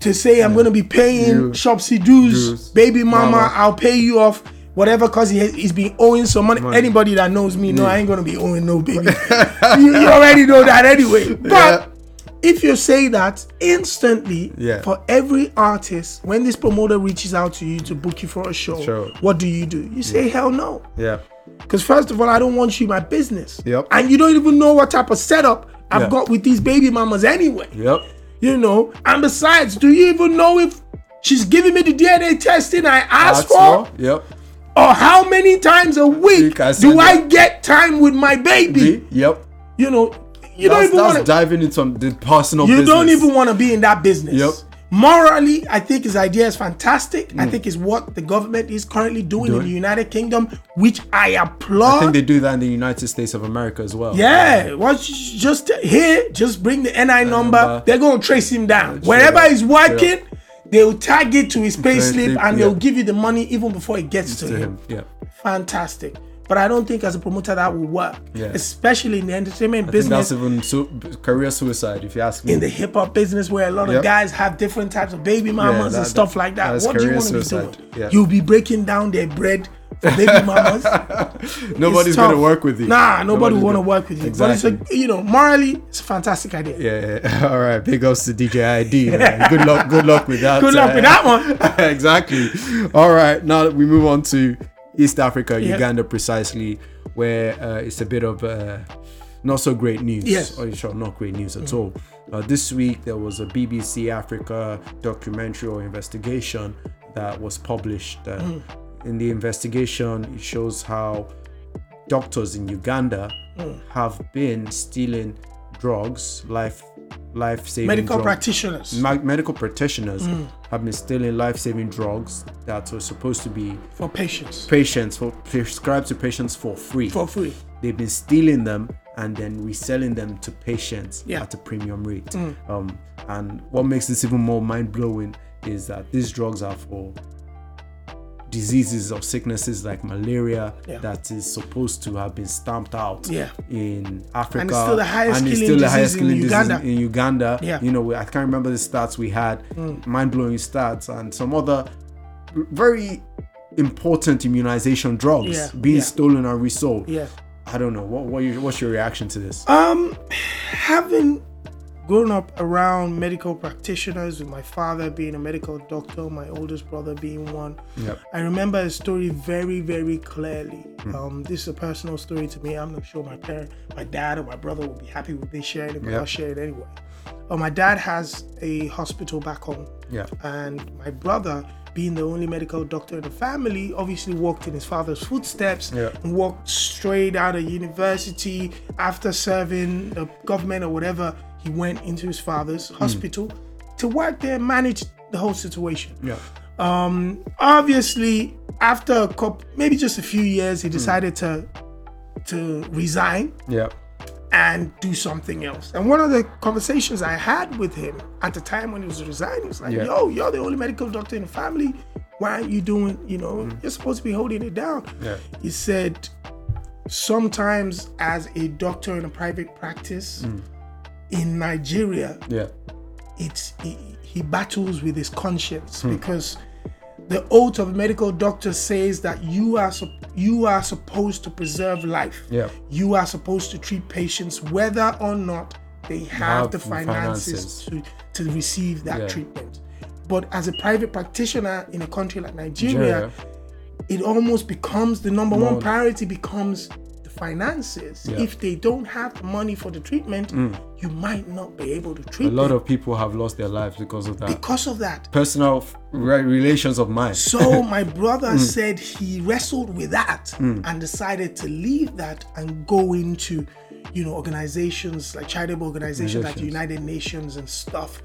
[SPEAKER 1] to say, I'm going to be paying
[SPEAKER 2] You-
[SPEAKER 1] shopsy dues,
[SPEAKER 2] dues,
[SPEAKER 1] baby mama,
[SPEAKER 2] mama.
[SPEAKER 1] I'll pay you off. Whatever, cause he has, he's been owing some money. Anybody that knows me, know I ain't gonna be owing no baby. you, you already know that anyway. But
[SPEAKER 2] Yeah.
[SPEAKER 1] if you say that instantly
[SPEAKER 2] Yeah.
[SPEAKER 1] for every artist when this promoter reaches out to you to book you for a show
[SPEAKER 2] Sure.
[SPEAKER 1] what do you do you say hell no
[SPEAKER 2] yeah.
[SPEAKER 1] because first of all i don't want you in my business
[SPEAKER 2] Yep.
[SPEAKER 1] and you don't even know what type of setup i've
[SPEAKER 2] Yeah.
[SPEAKER 1] got with these baby mamas anyway
[SPEAKER 2] Yep.
[SPEAKER 1] you know and besides do you even know if she's giving me the dna testing i asked
[SPEAKER 2] That's
[SPEAKER 1] for
[SPEAKER 2] all. Yep.
[SPEAKER 1] or how many times a week
[SPEAKER 2] Week I said
[SPEAKER 1] do i
[SPEAKER 2] that.
[SPEAKER 1] get time with my baby
[SPEAKER 2] B. Yep.
[SPEAKER 1] you know you
[SPEAKER 2] That's,
[SPEAKER 1] don't even
[SPEAKER 2] that's
[SPEAKER 1] want to
[SPEAKER 2] diving into the personal
[SPEAKER 1] you
[SPEAKER 2] business.
[SPEAKER 1] don't even want to be in that business.
[SPEAKER 2] Yep.
[SPEAKER 1] Morally, I think his idea is fantastic. I think it's what the government is currently doing in
[SPEAKER 2] Mm. Doing.
[SPEAKER 1] the United Kingdom, which I
[SPEAKER 2] I think
[SPEAKER 1] applaud.
[SPEAKER 2] they do that in the United States of America as well.
[SPEAKER 1] yeah, what's just here? Just bring the NI number.
[SPEAKER 2] number.
[SPEAKER 1] They're gonna trace him down wherever
[SPEAKER 2] up,
[SPEAKER 1] he's
[SPEAKER 2] straight up.
[SPEAKER 1] working. They'll tag it to his pay slip
[SPEAKER 2] slip,
[SPEAKER 1] and they'll
[SPEAKER 2] yeah.
[SPEAKER 1] give you the money even before it gets to,
[SPEAKER 2] To
[SPEAKER 1] him.
[SPEAKER 2] him. Yeah.
[SPEAKER 1] Fantastic. But I don't think as a promoter that will work,
[SPEAKER 2] Yeah.
[SPEAKER 1] especially in the entertainment
[SPEAKER 2] I think that's
[SPEAKER 1] business,
[SPEAKER 2] even su- career suicide, if you ask me.
[SPEAKER 1] in the hip hop business where a lot of
[SPEAKER 2] Yep.
[SPEAKER 1] guys have different types of baby mamas
[SPEAKER 2] that-
[SPEAKER 1] and stuff like that.
[SPEAKER 2] that's
[SPEAKER 1] What do you
[SPEAKER 2] career
[SPEAKER 1] want to be doing?
[SPEAKER 2] suicide, yeah.
[SPEAKER 1] You'll be breaking down their bread for baby mamas. It's
[SPEAKER 2] Nobody's going to
[SPEAKER 1] tough.
[SPEAKER 2] work with you.
[SPEAKER 1] Nah, nobody
[SPEAKER 2] Nobody's
[SPEAKER 1] want to
[SPEAKER 2] gonna-
[SPEAKER 1] work with you. But it's a,
[SPEAKER 2] Exactly.
[SPEAKER 1] you know, morally, it's a fantastic idea.
[SPEAKER 2] Yeah, yeah. All right. Big ups to DJ ID. man. Good luck. Good luck with that.
[SPEAKER 1] Good luck
[SPEAKER 2] uh,
[SPEAKER 1] with that one.
[SPEAKER 2] exactly. All right. Now that we move on to East Africa,
[SPEAKER 1] Yeah.
[SPEAKER 2] Uganda precisely, where uh, it's a bit of uh, not so great news.
[SPEAKER 1] Yes. Mm.
[SPEAKER 2] Or in short, not great news at all. Uh, this week, there was a BBC Africa documentary or investigation that was published. Uh,
[SPEAKER 1] Mm.
[SPEAKER 2] In the investigation, it shows how doctors in Uganda
[SPEAKER 1] Mm.
[SPEAKER 2] have been stealing drugs, life life saving
[SPEAKER 1] Medical practitioners.
[SPEAKER 2] Ma- medical practitioners have been stealing life-saving drugs that were supposed to be
[SPEAKER 1] for patients
[SPEAKER 2] patients for prescribed to patients for free.
[SPEAKER 1] for free.
[SPEAKER 2] They've been stealing them and then reselling them to patients
[SPEAKER 1] Yeah. Mm.
[SPEAKER 2] at a premium rate. Um, and what makes this even more mind-blowing is that these drugs are for diseases or sicknesses like malaria
[SPEAKER 1] Yeah.
[SPEAKER 2] that is supposed to have been stamped out
[SPEAKER 1] Yeah.
[SPEAKER 2] in Africa
[SPEAKER 1] And it's still the highest
[SPEAKER 2] and it's
[SPEAKER 1] killing
[SPEAKER 2] still the
[SPEAKER 1] disease
[SPEAKER 2] highest
[SPEAKER 1] in
[SPEAKER 2] killing disease
[SPEAKER 1] Uganda.
[SPEAKER 2] in Uganda.
[SPEAKER 1] Yeah. Mm.
[SPEAKER 2] You know, we- I can't remember the stats we had, mind blowing stats, and some other very important immunization drugs
[SPEAKER 1] Yeah,
[SPEAKER 2] being
[SPEAKER 1] yeah.
[SPEAKER 2] stolen and resold.
[SPEAKER 1] Yeah.
[SPEAKER 2] I don't know. What, what you, what's your reaction to this?
[SPEAKER 1] Um, having grown up around medical practitioners, with my father being a medical doctor, my oldest brother being one,
[SPEAKER 2] Yep. Hmm.
[SPEAKER 1] I remember a story very, very clearly. Um, this is a personal story to me. I'm not sure my parent, my dad, or my brother will be happy with me sharing it, but
[SPEAKER 2] Yeah.
[SPEAKER 1] I'll share it anyway. Uh, my dad has a hospital back home
[SPEAKER 2] Yeah.
[SPEAKER 1] and my brother being the only medical doctor in the family obviously walked in his father's footsteps
[SPEAKER 2] Yeah.
[SPEAKER 1] and walked straight out of university after serving the government or whatever he went into his father's hospital to work there manage the whole situation
[SPEAKER 2] Yeah.
[SPEAKER 1] um, obviously after a couple maybe just a few years he decided to to resign
[SPEAKER 2] Yeah.
[SPEAKER 1] and do something else. And one of the conversations I had with him at the time when he was resigning was like,
[SPEAKER 2] Yeah.
[SPEAKER 1] yo, you're the only medical doctor in the family. Why aren't you doing, you know, you're supposed to be holding it down.
[SPEAKER 2] Mm. Yeah.
[SPEAKER 1] He said, sometimes as a doctor in a private practice
[SPEAKER 2] Mm.
[SPEAKER 1] in Nigeria,
[SPEAKER 2] Yeah.
[SPEAKER 1] it's he, he battles with his conscience
[SPEAKER 2] Hmm.
[SPEAKER 1] because the oath of a medical doctor says that you are sup- you are supposed to preserve life.
[SPEAKER 2] Yeah.
[SPEAKER 1] You are supposed to treat patients whether or not they have,
[SPEAKER 2] Have
[SPEAKER 1] the
[SPEAKER 2] the
[SPEAKER 1] finances, to to receive that
[SPEAKER 2] Yeah.
[SPEAKER 1] treatment. But as a private practitioner in a country like Nigeria,
[SPEAKER 2] Yeah.
[SPEAKER 1] it almost becomes the number one
[SPEAKER 2] More-
[SPEAKER 1] priority becomes the finances.
[SPEAKER 2] Yeah. Hmm.
[SPEAKER 1] If they don't have the money for the treatment, you might not be able to treat
[SPEAKER 2] A lot
[SPEAKER 1] them
[SPEAKER 2] of people have lost their lives because of that.
[SPEAKER 1] because of that.
[SPEAKER 2] Personal f- re- relations of mine.
[SPEAKER 1] So my brother
[SPEAKER 2] Mm.
[SPEAKER 1] said he wrestled with that and decided to leave that and go into, you know, organizations like charitable organizations like the United Nations and stuff.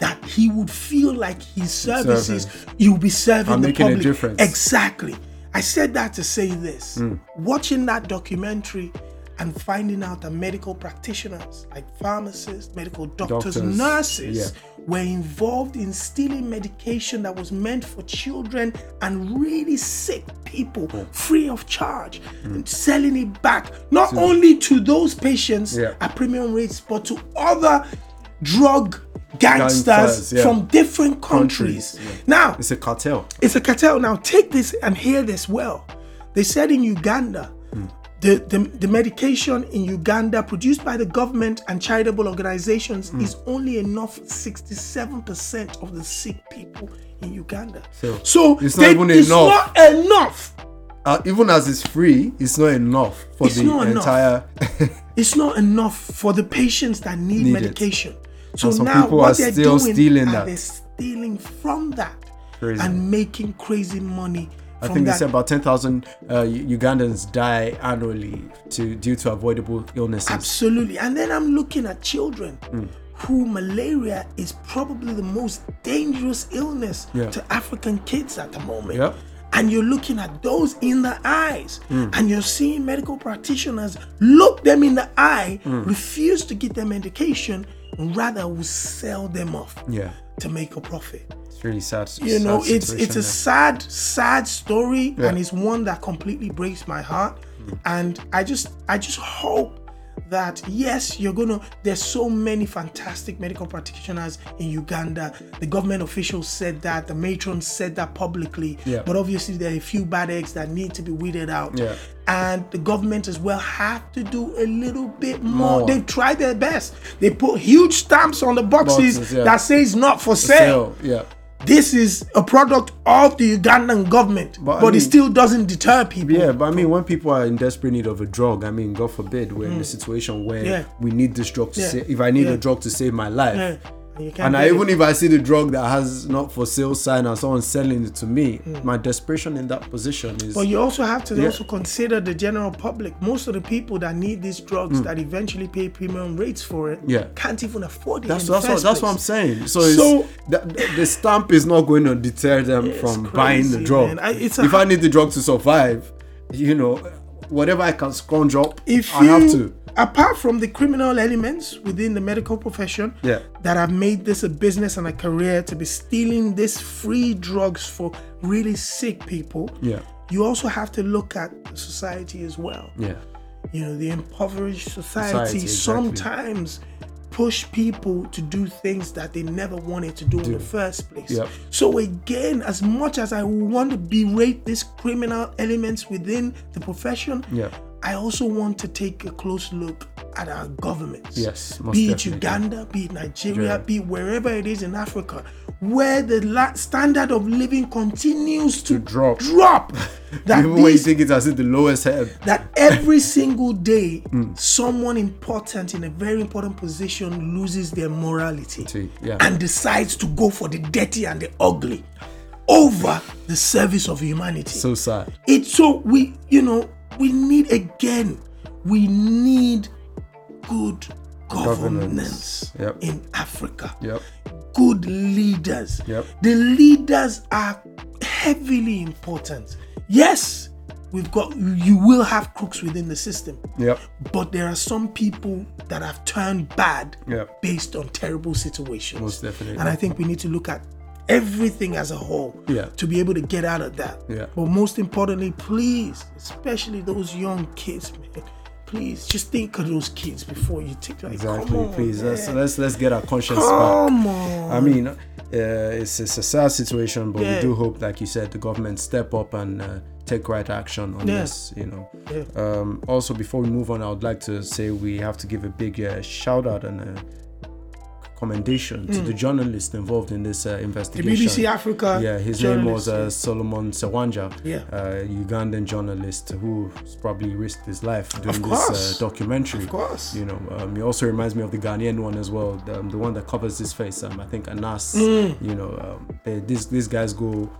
[SPEAKER 1] That he would feel like his services, you'll be serving
[SPEAKER 2] Are
[SPEAKER 1] the
[SPEAKER 2] making a
[SPEAKER 1] public.
[SPEAKER 2] difference. Mm.
[SPEAKER 1] Exactly. I said that to say this. Watching that documentary and finding out that medical practitioners, like pharmacists, medical doctors,
[SPEAKER 2] Doctors,
[SPEAKER 1] nurses,
[SPEAKER 2] yeah.
[SPEAKER 1] were involved in stealing medication that was meant for children and really sick people
[SPEAKER 2] Mm.
[SPEAKER 1] free of charge and selling it back not only to those patients
[SPEAKER 2] Yeah.
[SPEAKER 1] at premium rates but to other drug gangsters,
[SPEAKER 2] Gangsters, yeah.
[SPEAKER 1] from different countries, now
[SPEAKER 2] It's a cartel.
[SPEAKER 1] it's a cartel. Now take this and hear this well. They said in Uganda,
[SPEAKER 2] Hmm.
[SPEAKER 1] the, the, the medication in Uganda produced by the government and charitable organizations
[SPEAKER 2] Hmm.
[SPEAKER 1] is only enough for 67% of the sick people in Uganda.
[SPEAKER 2] So,
[SPEAKER 1] So
[SPEAKER 2] it's not
[SPEAKER 1] they-
[SPEAKER 2] even
[SPEAKER 1] it's
[SPEAKER 2] enough.
[SPEAKER 1] not enough.
[SPEAKER 2] Uh, even as it's free, it's not enough for
[SPEAKER 1] It's
[SPEAKER 2] the
[SPEAKER 1] not enough.
[SPEAKER 2] entire.
[SPEAKER 1] It's not enough for the patients that need,
[SPEAKER 2] Need it.
[SPEAKER 1] medication. So
[SPEAKER 2] And some
[SPEAKER 1] now
[SPEAKER 2] people
[SPEAKER 1] what
[SPEAKER 2] are
[SPEAKER 1] they're
[SPEAKER 2] still
[SPEAKER 1] doing
[SPEAKER 2] stealing
[SPEAKER 1] are
[SPEAKER 2] that.
[SPEAKER 1] they're stealing from that
[SPEAKER 2] Crazy.
[SPEAKER 1] and making crazy money.
[SPEAKER 2] I
[SPEAKER 1] from
[SPEAKER 2] think they
[SPEAKER 1] that.
[SPEAKER 2] say about 10,000 uh, Ugandans die annually to due to avoidable illnesses.
[SPEAKER 1] Absolutely. And then I'm looking at children who malaria is probably the most dangerous illness
[SPEAKER 2] Yeah.
[SPEAKER 1] to African kids at the moment.
[SPEAKER 2] Yeah.
[SPEAKER 1] And you're looking at those in the eyes, and you're seeing medical practitioners look them in the eye, refuse to give them medication, rather will sell them off
[SPEAKER 2] Yeah.
[SPEAKER 1] to make a profit
[SPEAKER 2] It's really sad.
[SPEAKER 1] you know
[SPEAKER 2] sad
[SPEAKER 1] it's it's a
[SPEAKER 2] situation
[SPEAKER 1] sad sad story
[SPEAKER 2] Yeah. Hmm.
[SPEAKER 1] and it's one that completely breaks my heart and i just i just hope that yes you're gonna there's so many fantastic medical practitioners in uganda the government officials said that the matrons said that publicly
[SPEAKER 2] Yeah.
[SPEAKER 1] but obviously there are a few bad eggs that need to be weeded out
[SPEAKER 2] Yeah.
[SPEAKER 1] and the government as well have to do a little bit more,
[SPEAKER 2] More.
[SPEAKER 1] they've tried their best they put huge stamps on the boxes,
[SPEAKER 2] Boxes, yeah.
[SPEAKER 1] that says not for
[SPEAKER 2] there.
[SPEAKER 1] sale
[SPEAKER 2] So, yeah.
[SPEAKER 1] this is a product of the Ugandan government,
[SPEAKER 2] But
[SPEAKER 1] but,
[SPEAKER 2] I
[SPEAKER 1] it
[SPEAKER 2] mean-
[SPEAKER 1] still doesn't deter people.
[SPEAKER 2] Yeah, but I mean, when people are in desperate need of a drug, I mean, God forbid, we're in a situation where
[SPEAKER 1] Mm. Yeah.
[SPEAKER 2] we need this drug to
[SPEAKER 1] Yeah.
[SPEAKER 2] save. If I need
[SPEAKER 1] Yeah.
[SPEAKER 2] a drug to save my life,
[SPEAKER 1] Yeah, Uh, and you can't
[SPEAKER 2] and
[SPEAKER 1] get
[SPEAKER 2] I,
[SPEAKER 1] it.
[SPEAKER 2] even if I see the drug that has not for sale sign and someone selling it to me, my desperation in that position is
[SPEAKER 1] Mm. But you also have to also consider the general public. Most of the people that need these drugs that eventually pay premium rates for it
[SPEAKER 2] Hmm. Yeah.
[SPEAKER 1] can't even afford it.
[SPEAKER 2] That's
[SPEAKER 1] in the
[SPEAKER 2] that's what,
[SPEAKER 1] first
[SPEAKER 2] that's what I'm
[SPEAKER 1] place.
[SPEAKER 2] saying. So, it's,
[SPEAKER 1] So-
[SPEAKER 2] that, the stamp is not going to deter them from buying the
[SPEAKER 1] crazy,
[SPEAKER 2] drug.
[SPEAKER 1] man. I- it's a-
[SPEAKER 2] if I need the drug to survive, you know, whatever I can scrounge up,
[SPEAKER 1] if
[SPEAKER 2] I
[SPEAKER 1] you,
[SPEAKER 2] have to.
[SPEAKER 1] apart from the criminal elements within the medical profession
[SPEAKER 2] Yeah.
[SPEAKER 1] that have made this a business and a career to be stealing these free drugs for really sick people
[SPEAKER 2] Yeah.
[SPEAKER 1] you also have to look at society as well
[SPEAKER 2] Yeah,
[SPEAKER 1] you know the impoverished society,
[SPEAKER 2] Society, exactly.
[SPEAKER 1] sometimes push people to do things that they never wanted to do, in the first place
[SPEAKER 2] Yep.
[SPEAKER 1] so again as much as i want to berate these criminal elements within the profession
[SPEAKER 2] Yeah.
[SPEAKER 1] i also want to take a close look at our governments
[SPEAKER 2] Yes, most
[SPEAKER 1] be it
[SPEAKER 2] definitely.
[SPEAKER 1] uganda be it nigeria
[SPEAKER 2] Yeah.
[SPEAKER 1] be it wherever it is in africa where the la- standard of living continues to,
[SPEAKER 2] drop.
[SPEAKER 1] drop that
[SPEAKER 2] even when you
[SPEAKER 1] these
[SPEAKER 2] think it's as if the lowest head.
[SPEAKER 1] that every single day
[SPEAKER 2] Hmm.
[SPEAKER 1] someone important in a very important position loses their morality
[SPEAKER 2] See, yeah.
[SPEAKER 1] and decides to go for the dirty and the ugly over the service of humanity
[SPEAKER 2] So sad.
[SPEAKER 1] it's so we you know we need again we need good governance,
[SPEAKER 2] Governance. Yep.
[SPEAKER 1] in africa
[SPEAKER 2] Yep.
[SPEAKER 1] good leaders.
[SPEAKER 2] Yep.
[SPEAKER 1] The leaders are heavily important. Yes, we've got you will have crooks within the system,
[SPEAKER 2] Yep.
[SPEAKER 1] but there are some people that have turned bad
[SPEAKER 2] Yep.
[SPEAKER 1] based on terrible situations.
[SPEAKER 2] Most definitely.
[SPEAKER 1] And I think we need to look at everything as a whole
[SPEAKER 2] Yeah.
[SPEAKER 1] to be able to get out of that.
[SPEAKER 2] Yeah.
[SPEAKER 1] But most importantly, please, especially those young kids, man, please just think of those kids before you take like,
[SPEAKER 2] Exactly.
[SPEAKER 1] come on,
[SPEAKER 2] Please let's
[SPEAKER 1] man.
[SPEAKER 2] let's let's get our conscience back.
[SPEAKER 1] come on.
[SPEAKER 2] I mean, uh, it's, it's a sad situation, but we
[SPEAKER 1] Yeah.
[SPEAKER 2] do hope, like you said, the government step up and uh, take right action on
[SPEAKER 1] Yeah.
[SPEAKER 2] this. You know.
[SPEAKER 1] Yeah.
[SPEAKER 2] Um, also, before we move on, I would like to say we have to give a big uh, shout out and. Uh, commendation to the
[SPEAKER 1] Hmm.
[SPEAKER 2] journalist involved in this uh, investigation
[SPEAKER 1] BBC Africa
[SPEAKER 2] yeah his name was
[SPEAKER 1] journalist,
[SPEAKER 2] uh, solomon sewanja
[SPEAKER 1] Yeah.
[SPEAKER 2] uh, ugandan journalist who's probably risked his life doing this
[SPEAKER 1] course.
[SPEAKER 2] uh, documentary
[SPEAKER 1] Of course.
[SPEAKER 2] you know um, he also reminds me of the ghanaian one as well the, um, the one that covers his face um, i think anas
[SPEAKER 1] Hmm.
[SPEAKER 2] you know um, they, these, these guys go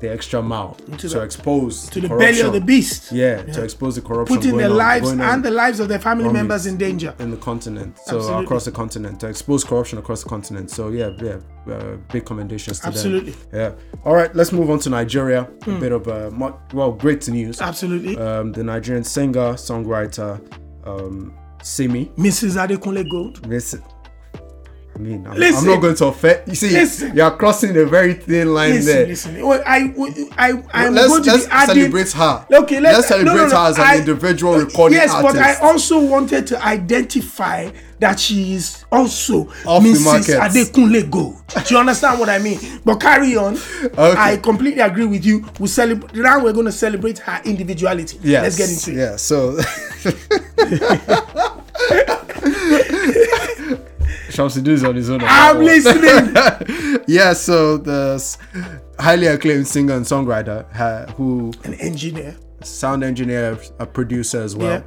[SPEAKER 2] the extra mile to
[SPEAKER 1] the-
[SPEAKER 2] expose
[SPEAKER 1] to the belly of the beast,
[SPEAKER 2] yeah, to expose the corruption
[SPEAKER 1] putting
[SPEAKER 2] going
[SPEAKER 1] their
[SPEAKER 2] on-
[SPEAKER 1] lives
[SPEAKER 2] going on
[SPEAKER 1] and the lives of their family
[SPEAKER 2] on
[SPEAKER 1] members
[SPEAKER 2] it.
[SPEAKER 1] in danger.
[SPEAKER 2] in the continent so uh,
[SPEAKER 1] Absolutely.
[SPEAKER 2] across the continent to expose corruption across the continent so yeah yeah uh, big commendations to
[SPEAKER 1] Absolutely. Hmm.
[SPEAKER 2] them absolutely yeah all right let's move on to nigeria a bit of uh, mu- well great news
[SPEAKER 1] Absolutely.
[SPEAKER 2] um, the nigerian singer songwriter um, simi
[SPEAKER 1] Mrs. Adekunle Gold.
[SPEAKER 2] Listen. I mean, I'm, I'm
[SPEAKER 1] Listen.
[SPEAKER 2] not going to offend. You see,
[SPEAKER 1] Listen.
[SPEAKER 2] you're crossing a very thin line there.
[SPEAKER 1] Listen, listen. Well, I, I, I, am
[SPEAKER 2] let's
[SPEAKER 1] going to
[SPEAKER 2] let's
[SPEAKER 1] be adding.
[SPEAKER 2] celebrate her.
[SPEAKER 1] Okay, let's,
[SPEAKER 2] celebrate
[SPEAKER 1] no, no, no,
[SPEAKER 2] her as an
[SPEAKER 1] I-
[SPEAKER 2] individual recording
[SPEAKER 1] Yes,
[SPEAKER 2] artist.
[SPEAKER 1] but I also wanted to identify that she is also
[SPEAKER 2] Off the
[SPEAKER 1] Mrs.
[SPEAKER 2] market.
[SPEAKER 1] Adekunle Gold. Do you understand what I mean? But carry on. I completely agree with you. We celebrate now. We're going to celebrate her individuality. Let's
[SPEAKER 2] Yes,
[SPEAKER 1] get into it.
[SPEAKER 2] Yeah, so. Shamsuddin is on his own. on that
[SPEAKER 1] I'm
[SPEAKER 2] one.
[SPEAKER 1] listening.
[SPEAKER 2] yeah, so the s- highly acclaimed singer and songwriter ha- who
[SPEAKER 1] An engineer.
[SPEAKER 2] sound engineer, a producer as well,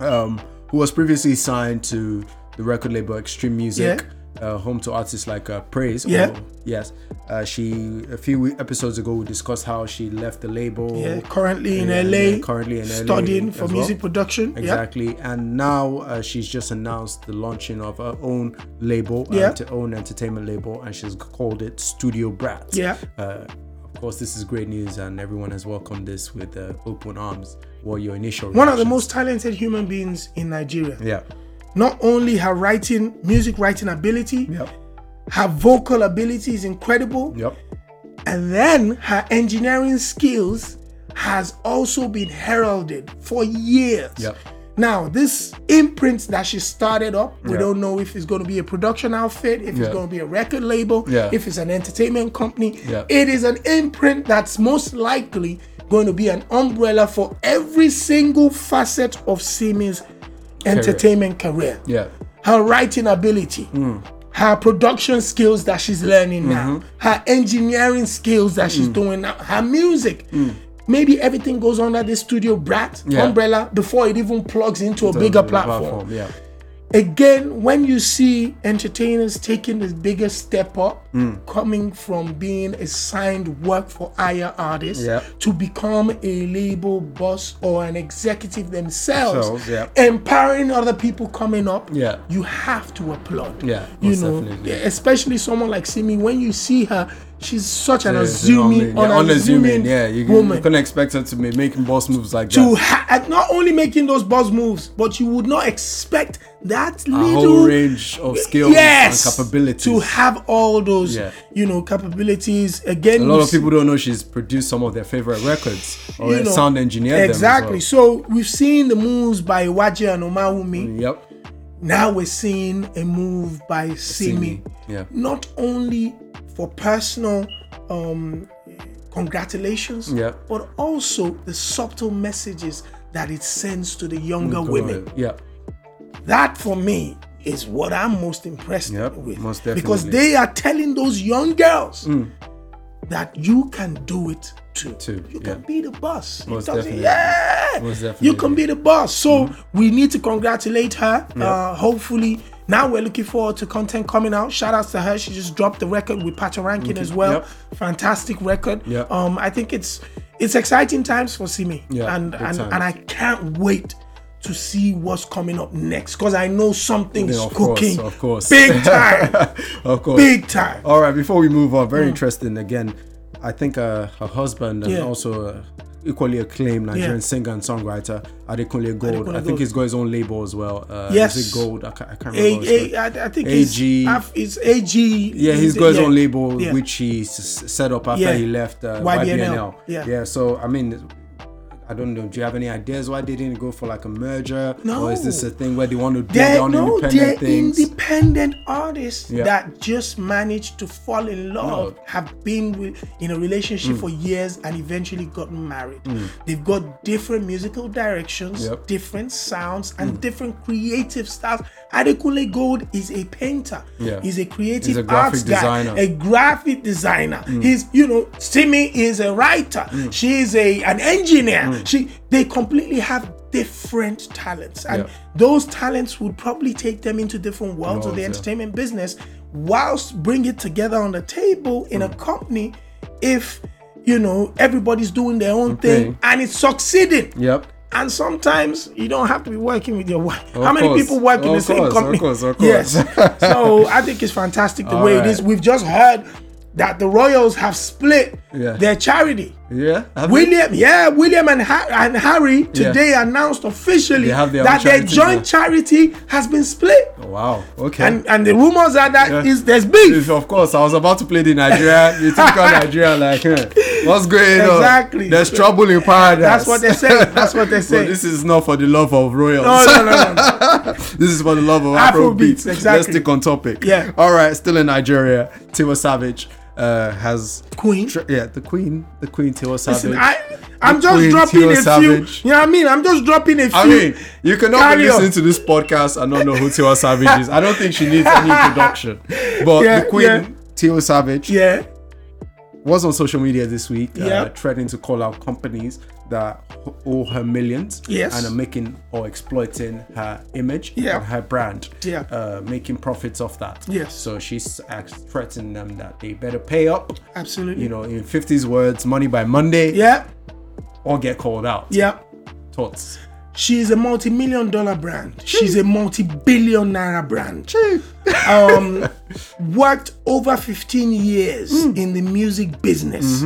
[SPEAKER 1] Yeah.
[SPEAKER 2] um, who was previously signed to the record label Extreme Music. uh, home to artists like uh, Praise.
[SPEAKER 1] Yeah.
[SPEAKER 2] or- yes. Uh, she a few we- episodes ago we discussed how she left the label.
[SPEAKER 1] Yeah, currently in
[SPEAKER 2] Yeah,
[SPEAKER 1] LA,
[SPEAKER 2] yeah, currently in LA
[SPEAKER 1] studying for
[SPEAKER 2] as well.
[SPEAKER 1] music production. Yeah.
[SPEAKER 2] Exactly, and now uh, she's just announced the launching of her own label,
[SPEAKER 1] Yeah.
[SPEAKER 2] uh, her own entertainment label, and she's called it Studio Brat.
[SPEAKER 1] Yeah.
[SPEAKER 2] Uh, of course, this is great news, and everyone has welcomed this with uh, open arms. What are your initial?
[SPEAKER 1] One of the
[SPEAKER 2] reactions?
[SPEAKER 1] most talented human beings in Nigeria.
[SPEAKER 2] Yeah.
[SPEAKER 1] Not only her writing, music writing ability,
[SPEAKER 2] Yep.
[SPEAKER 1] her vocal ability is incredible,
[SPEAKER 2] Yep.
[SPEAKER 1] and then her engineering skills has also been heralded for years.
[SPEAKER 2] Yep.
[SPEAKER 1] Now, this imprint that she started up, we
[SPEAKER 2] Yeah.
[SPEAKER 1] don't know if it's going to be a production outfit, if
[SPEAKER 2] Yeah.
[SPEAKER 1] it's going to be a record label,
[SPEAKER 2] Yeah.
[SPEAKER 1] if it's an entertainment company.
[SPEAKER 2] Yeah.
[SPEAKER 1] It is an imprint that's most likely going to be an umbrella for every single facet of Simi's entertainment career.
[SPEAKER 2] Yeah.
[SPEAKER 1] Her writing ability, her production skills that she's learning now, her engineering skills that she's doing now, her music. Maybe everything goes under this studio brat
[SPEAKER 2] Yeah.
[SPEAKER 1] umbrella before it even plugs into a bigger platform
[SPEAKER 2] Yeah.
[SPEAKER 1] again when you see entertainers taking this bigger step up
[SPEAKER 2] Mm.
[SPEAKER 1] coming from being a signed work for hire artist
[SPEAKER 2] Yeah.
[SPEAKER 1] to become a label boss or an executive themselves
[SPEAKER 2] Themselves, yeah.
[SPEAKER 1] empowering other people coming up
[SPEAKER 2] Yeah.
[SPEAKER 1] you have to applaud
[SPEAKER 2] Yeah,
[SPEAKER 1] you
[SPEAKER 2] most
[SPEAKER 1] know
[SPEAKER 2] definitely.
[SPEAKER 1] especially someone like simi when you see her she's such an
[SPEAKER 2] Yeah,
[SPEAKER 1] assuming
[SPEAKER 2] yeah,
[SPEAKER 1] unassuming
[SPEAKER 2] yeah, you,
[SPEAKER 1] woman
[SPEAKER 2] you couldn't expect her to be making boss moves like
[SPEAKER 1] to
[SPEAKER 2] that.
[SPEAKER 1] ha- at not only making those boss moves, but you would not expect that
[SPEAKER 2] A
[SPEAKER 1] little
[SPEAKER 2] whole range of skills and
[SPEAKER 1] yes
[SPEAKER 2] capabilities.
[SPEAKER 1] to have all those
[SPEAKER 2] Yeah.
[SPEAKER 1] you know capabilities again.
[SPEAKER 2] a lot of people don't know she's produced some of their favorite records or
[SPEAKER 1] you know,
[SPEAKER 2] sound engineered them as
[SPEAKER 1] exactly.
[SPEAKER 2] well.
[SPEAKER 1] So we've seen the moves by Waji and Omawumi.
[SPEAKER 2] Yep.
[SPEAKER 1] Now we're seeing a move by Simi.
[SPEAKER 2] Simi, yeah.
[SPEAKER 1] Not only for personal um, congratulations,
[SPEAKER 2] Yeah.
[SPEAKER 1] but also the subtle messages that it sends to the
[SPEAKER 2] Mm,
[SPEAKER 1] younger women.
[SPEAKER 2] Yeah.
[SPEAKER 1] That for me is what I'm most impressed
[SPEAKER 2] Yep,
[SPEAKER 1] with.
[SPEAKER 2] most
[SPEAKER 1] Because
[SPEAKER 2] definitely. Mm.
[SPEAKER 1] they are telling those young girls that you can do it too.
[SPEAKER 2] Too,
[SPEAKER 1] you
[SPEAKER 2] yeah.
[SPEAKER 1] can be the boss. It
[SPEAKER 2] Most
[SPEAKER 1] doesn't-
[SPEAKER 2] definitely.
[SPEAKER 1] Yeah.
[SPEAKER 2] Most
[SPEAKER 1] You can
[SPEAKER 2] definitely. Mm.
[SPEAKER 1] be the boss. So we need to congratulate her. Uh, hopefully. Now we're looking forward to content coming out. Shout outs to her. She just dropped the record with Pata Rankin as well.
[SPEAKER 2] Yep.
[SPEAKER 1] Fantastic record.
[SPEAKER 2] Yep.
[SPEAKER 1] Um, I think it's it's exciting times for Simi.
[SPEAKER 2] Yeah,
[SPEAKER 1] and
[SPEAKER 2] big
[SPEAKER 1] and,
[SPEAKER 2] time.
[SPEAKER 1] and I can't wait to see what's coming up next because I know something's
[SPEAKER 2] Yeah, of course,
[SPEAKER 1] cooking.
[SPEAKER 2] of course. Oh,
[SPEAKER 1] Big time.
[SPEAKER 2] Of course.
[SPEAKER 1] big time.
[SPEAKER 2] All right, before we move on, very interesting again. I think uh, her husband and
[SPEAKER 1] Yeah.
[SPEAKER 2] also uh, equally acclaimed Nigerian
[SPEAKER 1] Yeah.
[SPEAKER 2] singer and songwriter Adekunle Gold.
[SPEAKER 1] Adekunle
[SPEAKER 2] I think
[SPEAKER 1] Gold.
[SPEAKER 2] he's got his own label as well. Uh,
[SPEAKER 1] Yes.
[SPEAKER 2] Is it Gold? I can't, I can't remember. what it's
[SPEAKER 1] A,
[SPEAKER 2] called.
[SPEAKER 1] a, I, I think
[SPEAKER 2] AG.
[SPEAKER 1] It's, Af- it's AG.
[SPEAKER 2] yeah, he's got his own label,
[SPEAKER 1] Yeah.
[SPEAKER 2] which he s- set up after
[SPEAKER 1] Yeah.
[SPEAKER 2] he left uh,
[SPEAKER 1] YBNL.
[SPEAKER 2] YBNL.
[SPEAKER 1] Yeah.
[SPEAKER 2] yeah, so I mean, I don't know. Do you have any ideas why they didn't go for like a merger? Or is this
[SPEAKER 1] No.
[SPEAKER 2] a thing where they want to do
[SPEAKER 1] They're,
[SPEAKER 2] their own
[SPEAKER 1] no, they're
[SPEAKER 2] independent things?
[SPEAKER 1] independent artists
[SPEAKER 2] Yeah.
[SPEAKER 1] that just managed to fall in love,
[SPEAKER 2] No. Mm.
[SPEAKER 1] have been with, in a relationship for years, and eventually gotten married. They've got different musical directions,
[SPEAKER 2] Yep. Mm.
[SPEAKER 1] different sounds, and different creative styles. Adekunle Gold is a painter.
[SPEAKER 2] Yeah.
[SPEAKER 1] He's a creative
[SPEAKER 2] He's a graphic
[SPEAKER 1] arts guy,
[SPEAKER 2] designer.
[SPEAKER 1] a graphic designer.
[SPEAKER 2] Mm.
[SPEAKER 1] He's, you know, Simi is a writer. She is a an engineer.
[SPEAKER 2] Mm.
[SPEAKER 1] She they completely have different talents. And
[SPEAKER 2] Yeah.
[SPEAKER 1] those talents would probably take them into different worlds of
[SPEAKER 2] Worlds,
[SPEAKER 1] the
[SPEAKER 2] yeah.
[SPEAKER 1] entertainment business whilst bring it together on the table in
[SPEAKER 2] Mm.
[SPEAKER 1] a company if you know everybody's doing their own thing
[SPEAKER 2] thing.
[SPEAKER 1] and it's succeeding.
[SPEAKER 2] Yep.
[SPEAKER 1] And sometimes you don't have to be working with your wife. How many
[SPEAKER 2] course,
[SPEAKER 1] people work in
[SPEAKER 2] of
[SPEAKER 1] the same
[SPEAKER 2] course, of
[SPEAKER 1] company?
[SPEAKER 2] course, of course.
[SPEAKER 1] Yes. so I think it's fantastic the
[SPEAKER 2] All
[SPEAKER 1] way it
[SPEAKER 2] right.
[SPEAKER 1] is. We've just heard that the Royals have split
[SPEAKER 2] Yeah.
[SPEAKER 1] their charity.
[SPEAKER 2] Yeah. have they?
[SPEAKER 1] William, yeah, William and, ha- and Harry today announced officially
[SPEAKER 2] They have their own
[SPEAKER 1] that their
[SPEAKER 2] charities,
[SPEAKER 1] joint charity has been split.
[SPEAKER 2] oh, Wow. Okay.
[SPEAKER 1] And and the rumors are that
[SPEAKER 2] Yeah.
[SPEAKER 1] is- there's beef.
[SPEAKER 2] If- of course, I was about to play the Nigeria. You think of Nigeria like, huh, what's going on?
[SPEAKER 1] Exactly.
[SPEAKER 2] There's trouble in paradise.
[SPEAKER 1] That's what they say. That's what they
[SPEAKER 2] But
[SPEAKER 1] say.
[SPEAKER 2] this is not for the love of royals.
[SPEAKER 1] no, no, no, no.
[SPEAKER 2] this is for the love of
[SPEAKER 1] Afrobeats,
[SPEAKER 2] Afrobeats. beats.
[SPEAKER 1] exactly.
[SPEAKER 2] Let's stick on topic.
[SPEAKER 1] Yeah.
[SPEAKER 2] All right. Still in Nigeria, Tiwa Savage uh, has
[SPEAKER 1] Queen.
[SPEAKER 2] tr- yeah the queen, the queen Tiwa Savage.
[SPEAKER 1] Listen, I, I'm just
[SPEAKER 2] Queen
[SPEAKER 1] dropping
[SPEAKER 2] Tio
[SPEAKER 1] a
[SPEAKER 2] Savage.
[SPEAKER 1] few. You know what I mean? I'm just dropping a few.
[SPEAKER 2] I mean, you cannot be
[SPEAKER 1] Carry on.
[SPEAKER 2] listening to this podcast and not know who Tiwa Savage is. I don't think she needs any introduction. But
[SPEAKER 1] Yeah,
[SPEAKER 2] the queen,
[SPEAKER 1] yeah.
[SPEAKER 2] Tiwa Savage,
[SPEAKER 1] yeah.
[SPEAKER 2] was on social media this week,
[SPEAKER 1] Yeah.
[SPEAKER 2] uh, threatening to call out companies that owe her millions
[SPEAKER 1] Yes.
[SPEAKER 2] and are making or exploiting her image
[SPEAKER 1] Yeah.
[SPEAKER 2] and her brand,
[SPEAKER 1] Yeah.
[SPEAKER 2] uh, making profits off that.
[SPEAKER 1] Yes.
[SPEAKER 2] So she's act- threatening them that they better pay up.
[SPEAKER 1] Absolutely.
[SPEAKER 2] You know, in 50s words, money by Monday
[SPEAKER 1] yeah.
[SPEAKER 2] or get called out.
[SPEAKER 1] Yeah.
[SPEAKER 2] Tots.
[SPEAKER 1] She's a multi-million dollar brand. She's a multi-billion naira brand. Um, worked over 15 years in the music business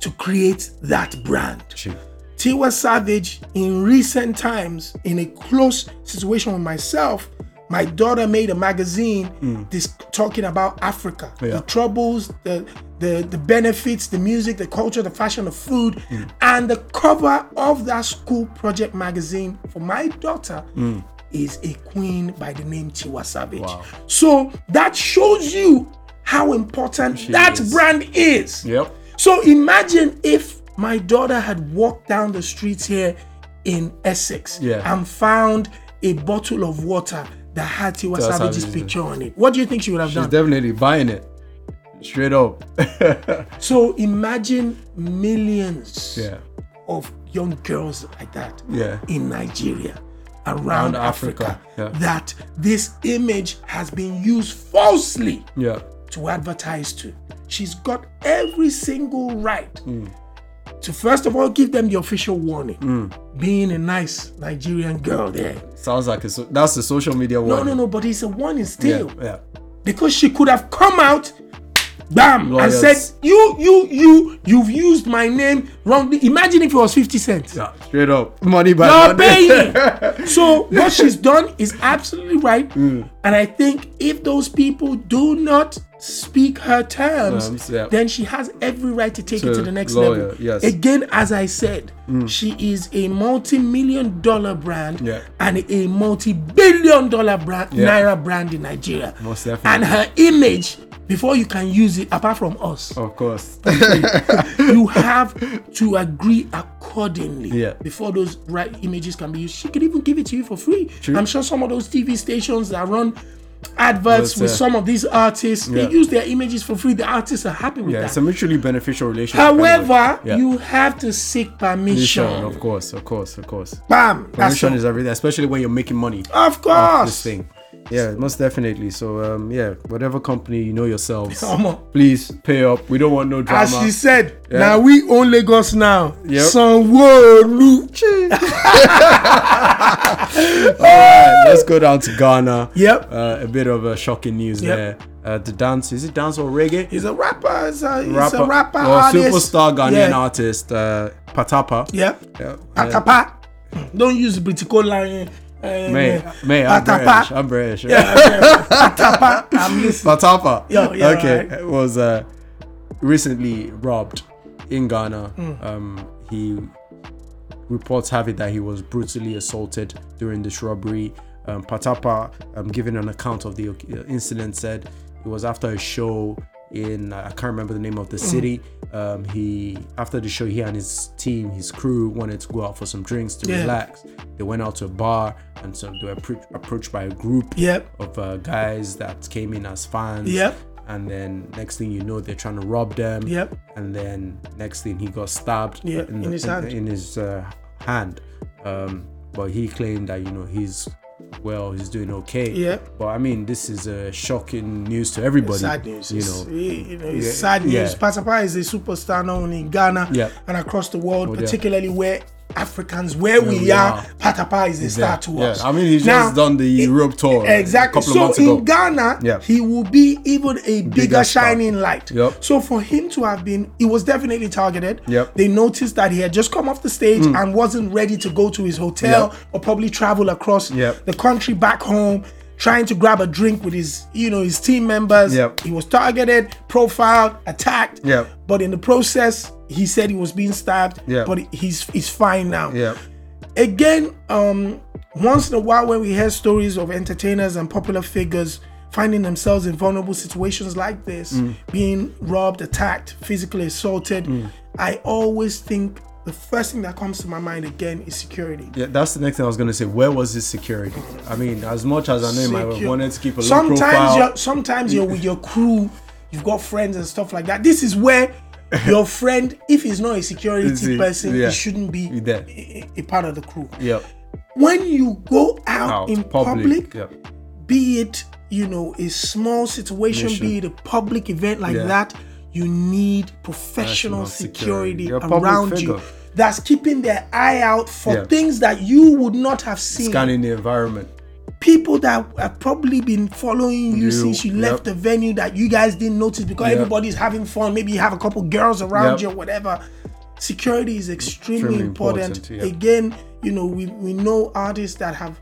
[SPEAKER 1] to create that brand.
[SPEAKER 2] She-
[SPEAKER 1] Tiwa Savage, in recent times, in a close situation with myself, my daughter made a magazine dis- talking about Africa,
[SPEAKER 2] Hmm. Yeah.
[SPEAKER 1] the troubles, the, the the benefits, the music, the culture, the fashion, the food,
[SPEAKER 2] Hmm.
[SPEAKER 1] and the cover of that school project magazine for my daughter.
[SPEAKER 2] Hmm.
[SPEAKER 1] Is a queen by the name Tiwa Savage. So that shows you how important that
[SPEAKER 2] is.
[SPEAKER 1] brand is.
[SPEAKER 2] Yep.
[SPEAKER 1] So imagine if my daughter had walked down the streets here in Essex
[SPEAKER 2] Yeah.
[SPEAKER 1] and found a bottle of water that had Tiwa Savage's
[SPEAKER 2] Savage.
[SPEAKER 1] picture on it. What do you think she would have
[SPEAKER 2] She's
[SPEAKER 1] done?
[SPEAKER 2] definitely buying it. Straight up.
[SPEAKER 1] so imagine millions
[SPEAKER 2] yeah.
[SPEAKER 1] of young girls like that
[SPEAKER 2] Yeah.
[SPEAKER 1] in Nigeria, around, Africa,
[SPEAKER 2] Africa, yeah.
[SPEAKER 1] that this image has been used falsely.
[SPEAKER 2] Yeah.
[SPEAKER 1] to advertise to. She's got every single right to, first of all, give them the official warning. Being a nice Nigerian girl there.
[SPEAKER 2] Sounds like a so- that's the social media
[SPEAKER 1] No,
[SPEAKER 2] one.
[SPEAKER 1] no, no, but it's a warning
[SPEAKER 2] Yeah.
[SPEAKER 1] still.
[SPEAKER 2] Yeah.
[SPEAKER 1] Because she could have come out, bam,
[SPEAKER 2] Lawyers.
[SPEAKER 1] and said, You, you, you, you've used my name wrongly. Imagine if it was 50 cents.
[SPEAKER 2] Yeah. Straight up. Money by
[SPEAKER 1] You're
[SPEAKER 2] Monday.
[SPEAKER 1] paying. so what she's done is absolutely right.
[SPEAKER 2] Mm.
[SPEAKER 1] And I think if those people do not speak her terms,
[SPEAKER 2] Terms, yeah.
[SPEAKER 1] then she has every right to take it to
[SPEAKER 2] To
[SPEAKER 1] the next
[SPEAKER 2] lawyer,
[SPEAKER 1] level.
[SPEAKER 2] yes. Mm.
[SPEAKER 1] Again, as I said, she is a multi-million dollar brand
[SPEAKER 2] Yeah.
[SPEAKER 1] and a multi-billion dollar brand
[SPEAKER 2] Yeah.
[SPEAKER 1] naira brand in Nigeria.
[SPEAKER 2] Most definitely.
[SPEAKER 1] And her image, before you can use it, apart from us,
[SPEAKER 2] Of course.
[SPEAKER 1] you have to agree accordingly
[SPEAKER 2] Yeah.
[SPEAKER 1] before those right images can be used. She could even give it to you for free.
[SPEAKER 2] True.
[SPEAKER 1] I'm sure some of those TV stations that run adverts
[SPEAKER 2] That's,
[SPEAKER 1] with
[SPEAKER 2] uh,
[SPEAKER 1] some of these artists,
[SPEAKER 2] yeah.
[SPEAKER 1] they use their images for free. The artists are happy with
[SPEAKER 2] yeah. It's
[SPEAKER 1] that.
[SPEAKER 2] a mutually beneficial relationship. anyway.
[SPEAKER 1] However,
[SPEAKER 2] Yeah.
[SPEAKER 1] you have to seek permission.
[SPEAKER 2] Permission, Of course. Of course. Of course.
[SPEAKER 1] Bam! That's
[SPEAKER 2] Permission
[SPEAKER 1] all.
[SPEAKER 2] is everything, especially when you're making money.
[SPEAKER 1] of
[SPEAKER 2] off this
[SPEAKER 1] course.
[SPEAKER 2] thing. Yeah, most definitely. So um, yeah, whatever company you know yourselves,
[SPEAKER 1] Come on.
[SPEAKER 2] please pay up. We don't want no drama.
[SPEAKER 1] As she said, now we own Lagos now.
[SPEAKER 2] Yep.
[SPEAKER 1] Some world.
[SPEAKER 2] Alright, Uh, let's go down to Ghana.
[SPEAKER 1] Yep.
[SPEAKER 2] Uh, a bit of uh, shocking news
[SPEAKER 1] Yep.
[SPEAKER 2] there. Uh, the dance is it dance or reggae?
[SPEAKER 1] He's a rapper. He's a, he's a rapper.
[SPEAKER 2] or
[SPEAKER 1] artist.
[SPEAKER 2] superstar Ghanaian
[SPEAKER 1] Yeah.
[SPEAKER 2] artist uh, Patapa.
[SPEAKER 1] Yep.
[SPEAKER 2] Yeah. Uh,
[SPEAKER 1] Akapa. Don't use Britico line. Uh,
[SPEAKER 2] May, May, I'm British.
[SPEAKER 1] Atapa.
[SPEAKER 2] I'm British.
[SPEAKER 1] Atapa. I'm listening.
[SPEAKER 2] Patapa.
[SPEAKER 1] Yeah, yeah,
[SPEAKER 2] okay.
[SPEAKER 1] right.
[SPEAKER 2] Was uh, recently robbed in Ghana.
[SPEAKER 1] Hmm.
[SPEAKER 2] Um, he reports have it that he was brutally assaulted during this robbery. Um, Patapa, um, giving an account of the uh, incident, said it was after a show in I can't remember the name of
[SPEAKER 1] Hmm.
[SPEAKER 2] the city. Um, he after the show, he and his team, his crew, wanted to go out for some drinks to
[SPEAKER 1] Yeah.
[SPEAKER 2] relax. They went out to a bar, and so they were appro- approached by a group
[SPEAKER 1] Yep.
[SPEAKER 2] of uh, guys that came in as fans.
[SPEAKER 1] Yep.
[SPEAKER 2] And then next thing you know, they're trying to rob them.
[SPEAKER 1] Yep.
[SPEAKER 2] And then next thing he got stabbed
[SPEAKER 1] Yeah, in his hand.
[SPEAKER 2] in his, uh, hand. Um, but he claimed that you know he's well, he's doing okay.
[SPEAKER 1] Yeah.
[SPEAKER 2] But I mean, this is uh, shocking news to everybody.
[SPEAKER 1] Sad news.
[SPEAKER 2] You
[SPEAKER 1] It's-
[SPEAKER 2] know.
[SPEAKER 1] it- Eh, you know, it's
[SPEAKER 2] yeah,
[SPEAKER 1] sad news.
[SPEAKER 2] yeah.
[SPEAKER 1] Patapa is a superstar not only in Ghana
[SPEAKER 2] Yeah. Oh,
[SPEAKER 1] and across the world,
[SPEAKER 2] yeah.
[SPEAKER 1] particularly where Africans, where we,
[SPEAKER 2] we
[SPEAKER 1] are,
[SPEAKER 2] are.
[SPEAKER 1] Patapa is a star to
[SPEAKER 2] Yeah,
[SPEAKER 1] us.
[SPEAKER 2] I mean, he's
[SPEAKER 1] Now,
[SPEAKER 2] just done the Europe tour
[SPEAKER 1] Exactly.
[SPEAKER 2] a couple
[SPEAKER 1] so
[SPEAKER 2] of months
[SPEAKER 1] in
[SPEAKER 2] ago.
[SPEAKER 1] Ghana,
[SPEAKER 2] Yeah.
[SPEAKER 1] he will be even a bigger,
[SPEAKER 2] Bigger star.
[SPEAKER 1] shining light.
[SPEAKER 2] Yep.
[SPEAKER 1] So for him to have been, he was definitely targeted.
[SPEAKER 2] Yep.
[SPEAKER 1] They noticed that he had just come off the stage
[SPEAKER 2] Mm.
[SPEAKER 1] and wasn't ready to go to his hotel or probably travel across
[SPEAKER 2] Yep.
[SPEAKER 1] the country back home. Trying to grab a drink with his, you know, his team members.
[SPEAKER 2] Yep.
[SPEAKER 1] He was targeted, profiled, attacked.
[SPEAKER 2] Yep.
[SPEAKER 1] But in the process, he said he was being stabbed.
[SPEAKER 2] Yep.
[SPEAKER 1] But he's he's fine now
[SPEAKER 2] yeah.
[SPEAKER 1] again um once in a while when we hear stories of entertainers and popular figures finding themselves in vulnerable situations like this
[SPEAKER 2] Mm.
[SPEAKER 1] being robbed attacked physically assaulted i always think the first thing that comes to my mind again is security
[SPEAKER 2] Yeah, that's the next thing I was gonna say. Where was his security? I mean, as much as I know, him, I
[SPEAKER 1] Secure-
[SPEAKER 2] wanted to keep a low
[SPEAKER 1] sometimes
[SPEAKER 2] profile.
[SPEAKER 1] you're sometimes you're with your crew you've got friends and stuff like that this is where Your friend, if he's not a security
[SPEAKER 2] Is he-
[SPEAKER 1] person,
[SPEAKER 2] yeah.
[SPEAKER 1] he shouldn't be
[SPEAKER 2] Be there.
[SPEAKER 1] a- a part of the crew.
[SPEAKER 2] Yep.
[SPEAKER 1] When you go out,
[SPEAKER 2] Out.
[SPEAKER 1] in public,
[SPEAKER 2] Yep.
[SPEAKER 1] be it you know a small situation,
[SPEAKER 2] Mission.
[SPEAKER 1] be it a public event like
[SPEAKER 2] Yeah.
[SPEAKER 1] that, you need professional
[SPEAKER 2] National
[SPEAKER 1] security,
[SPEAKER 2] security. You're a public
[SPEAKER 1] around you.
[SPEAKER 2] figure.
[SPEAKER 1] That's keeping their eye out for
[SPEAKER 2] Yeah.
[SPEAKER 1] things that you would not have seen.
[SPEAKER 2] Scanning the environment.
[SPEAKER 1] People that have probably been following you,
[SPEAKER 2] You,
[SPEAKER 1] since you
[SPEAKER 2] yep.
[SPEAKER 1] left the venue that you guys didn't notice because
[SPEAKER 2] Yep.
[SPEAKER 1] everybody's having fun. Maybe you have a couple girls around
[SPEAKER 2] Yep.
[SPEAKER 1] you or whatever. Security is extremely,
[SPEAKER 2] Extremely
[SPEAKER 1] important.
[SPEAKER 2] important, yeah.
[SPEAKER 1] Again, you know, we, we know artists that have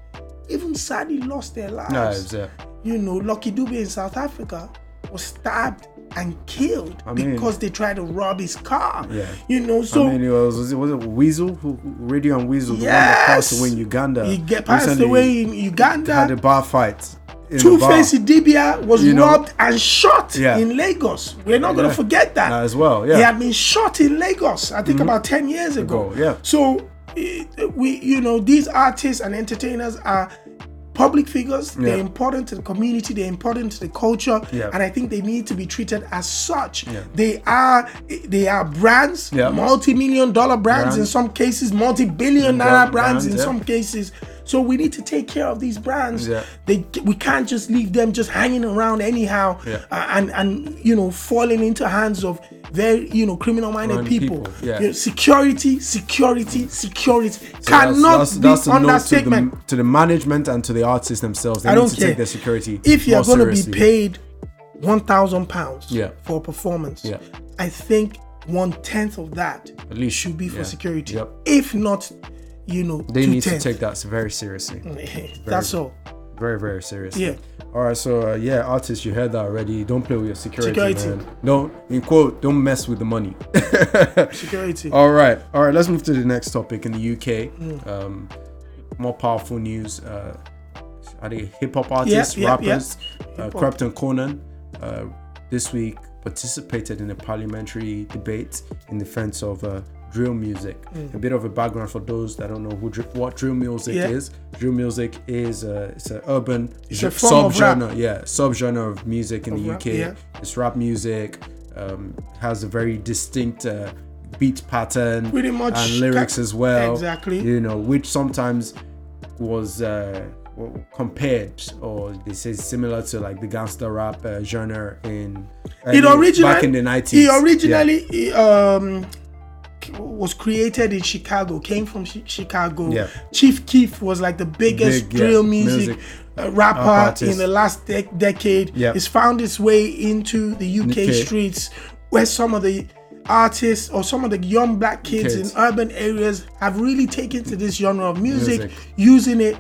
[SPEAKER 1] even sadly lost their lives
[SPEAKER 2] No, it's there.
[SPEAKER 1] you know, Lucky Dube in South Africa was stabbed and killed
[SPEAKER 2] I mean-
[SPEAKER 1] because they tried to rob his car.
[SPEAKER 2] Yeah.
[SPEAKER 1] You know, so
[SPEAKER 2] I mean, it was, was it was it Weasel, who, who- Radio and Weasel, the
[SPEAKER 1] Yes!
[SPEAKER 2] one that passed away in Uganda.
[SPEAKER 1] he get passed
[SPEAKER 2] Recently
[SPEAKER 1] away in
[SPEAKER 2] Had a
[SPEAKER 1] Uganda.
[SPEAKER 2] bar fight. in a
[SPEAKER 1] Two
[SPEAKER 2] bar.
[SPEAKER 1] Face Idibia was
[SPEAKER 2] You know?
[SPEAKER 1] robbed and shot
[SPEAKER 2] Yeah.
[SPEAKER 1] in Lagos. We're not going to
[SPEAKER 2] Yeah.
[SPEAKER 1] forget that.
[SPEAKER 2] Nah, as well, yeah. Mm-hmm.
[SPEAKER 1] He had been shot in Lagos, I think about 10 years ago.
[SPEAKER 2] Ago, yeah.
[SPEAKER 1] So, eh, we, you know, these artists and entertainers are public figures. They're
[SPEAKER 2] Yeah.
[SPEAKER 1] important to the community, they're important to the culture.
[SPEAKER 2] Yeah.
[SPEAKER 1] And I think they need to be treated as such. They are eh, they are brands,
[SPEAKER 2] Yeah.
[SPEAKER 1] multi-million dollar brands, in
[SPEAKER 2] Brands.
[SPEAKER 1] some cases, multi-billion dollar
[SPEAKER 2] Brand-
[SPEAKER 1] brands, in
[SPEAKER 2] brands, yeah.
[SPEAKER 1] some cases. So we need to take care of these brands.
[SPEAKER 2] Yeah.
[SPEAKER 1] They we can't just leave them just hanging around anyhow
[SPEAKER 2] Yeah.
[SPEAKER 1] uh, and and you know falling into hands of very you know criminal minded
[SPEAKER 2] Minded
[SPEAKER 1] people.
[SPEAKER 2] people, yeah.
[SPEAKER 1] You know, security, security, security
[SPEAKER 2] So
[SPEAKER 1] cannot
[SPEAKER 2] that's- that's,
[SPEAKER 1] be
[SPEAKER 2] that's a note to
[SPEAKER 1] understatement.
[SPEAKER 2] the, to the management and to the artists themselves. They
[SPEAKER 1] I
[SPEAKER 2] need
[SPEAKER 1] don't
[SPEAKER 2] to
[SPEAKER 1] care
[SPEAKER 2] take their security.
[SPEAKER 1] If you're
[SPEAKER 2] more
[SPEAKER 1] going to be
[SPEAKER 2] seriously.
[SPEAKER 1] paid one thousand pounds
[SPEAKER 2] Yeah.
[SPEAKER 1] for a performance,
[SPEAKER 2] Yeah.
[SPEAKER 1] I think one tenth of that
[SPEAKER 2] At least,
[SPEAKER 1] should be for
[SPEAKER 2] yeah.
[SPEAKER 1] security.
[SPEAKER 2] Yep.
[SPEAKER 1] If not, you know,
[SPEAKER 2] they need to
[SPEAKER 1] two-tenths.
[SPEAKER 2] take that very seriously.
[SPEAKER 1] That's all.
[SPEAKER 2] Very, very seriously.
[SPEAKER 1] Yeah.
[SPEAKER 2] All right. So uh, yeah, artists, you heard that already. Don't play with your security.
[SPEAKER 1] Security.
[SPEAKER 2] Man. Don't in quote. Don't mess with the money.
[SPEAKER 1] Security.
[SPEAKER 2] All right, all right. Let's move to the next topic in the UK.
[SPEAKER 1] Mm.
[SPEAKER 2] Um, more powerful news. Uh, are they hip hop artists,
[SPEAKER 1] yeah, yeah.
[SPEAKER 2] rappers? Uh, Krypton Conan uh, this week participated in a parliamentary debate in defense of uh, drill music. A bit of a background for those that don't know who dri- what drill music
[SPEAKER 1] Mm. Yeah.
[SPEAKER 2] is. Drill music is uh, it's an urban
[SPEAKER 1] a form of rap.
[SPEAKER 2] subgenre, Uh, yeah, subgenre of music in the
[SPEAKER 1] rap,
[SPEAKER 2] UK.
[SPEAKER 1] yeah.
[SPEAKER 2] It's rap music. Um, has a very distinct uh, beat pattern,
[SPEAKER 1] Pretty much
[SPEAKER 2] and lyrics
[SPEAKER 1] ca-
[SPEAKER 2] as well.
[SPEAKER 1] exactly.
[SPEAKER 2] You know, which sometimes was uh, w- compared or they say similar to like the gangster rap uh, genre in
[SPEAKER 1] it
[SPEAKER 2] early-
[SPEAKER 1] originally
[SPEAKER 2] back in the nineties.
[SPEAKER 1] It originally it, um, c- was created in Chicago. Came from Chi- Chicago.
[SPEAKER 2] Yeah.
[SPEAKER 1] Chief Keef was like the biggest
[SPEAKER 2] Big, yeah,
[SPEAKER 1] drill music,
[SPEAKER 2] music,
[SPEAKER 1] uh, rapper
[SPEAKER 2] artist.
[SPEAKER 1] in the last dec decade.
[SPEAKER 2] Yeah.
[SPEAKER 1] It's found its way into the UK
[SPEAKER 2] Okay.
[SPEAKER 1] streets, where some of the artists or some of the young black kids,
[SPEAKER 2] Kids.
[SPEAKER 1] in urban areas have really taken to this genre of music.
[SPEAKER 2] Music.
[SPEAKER 1] using it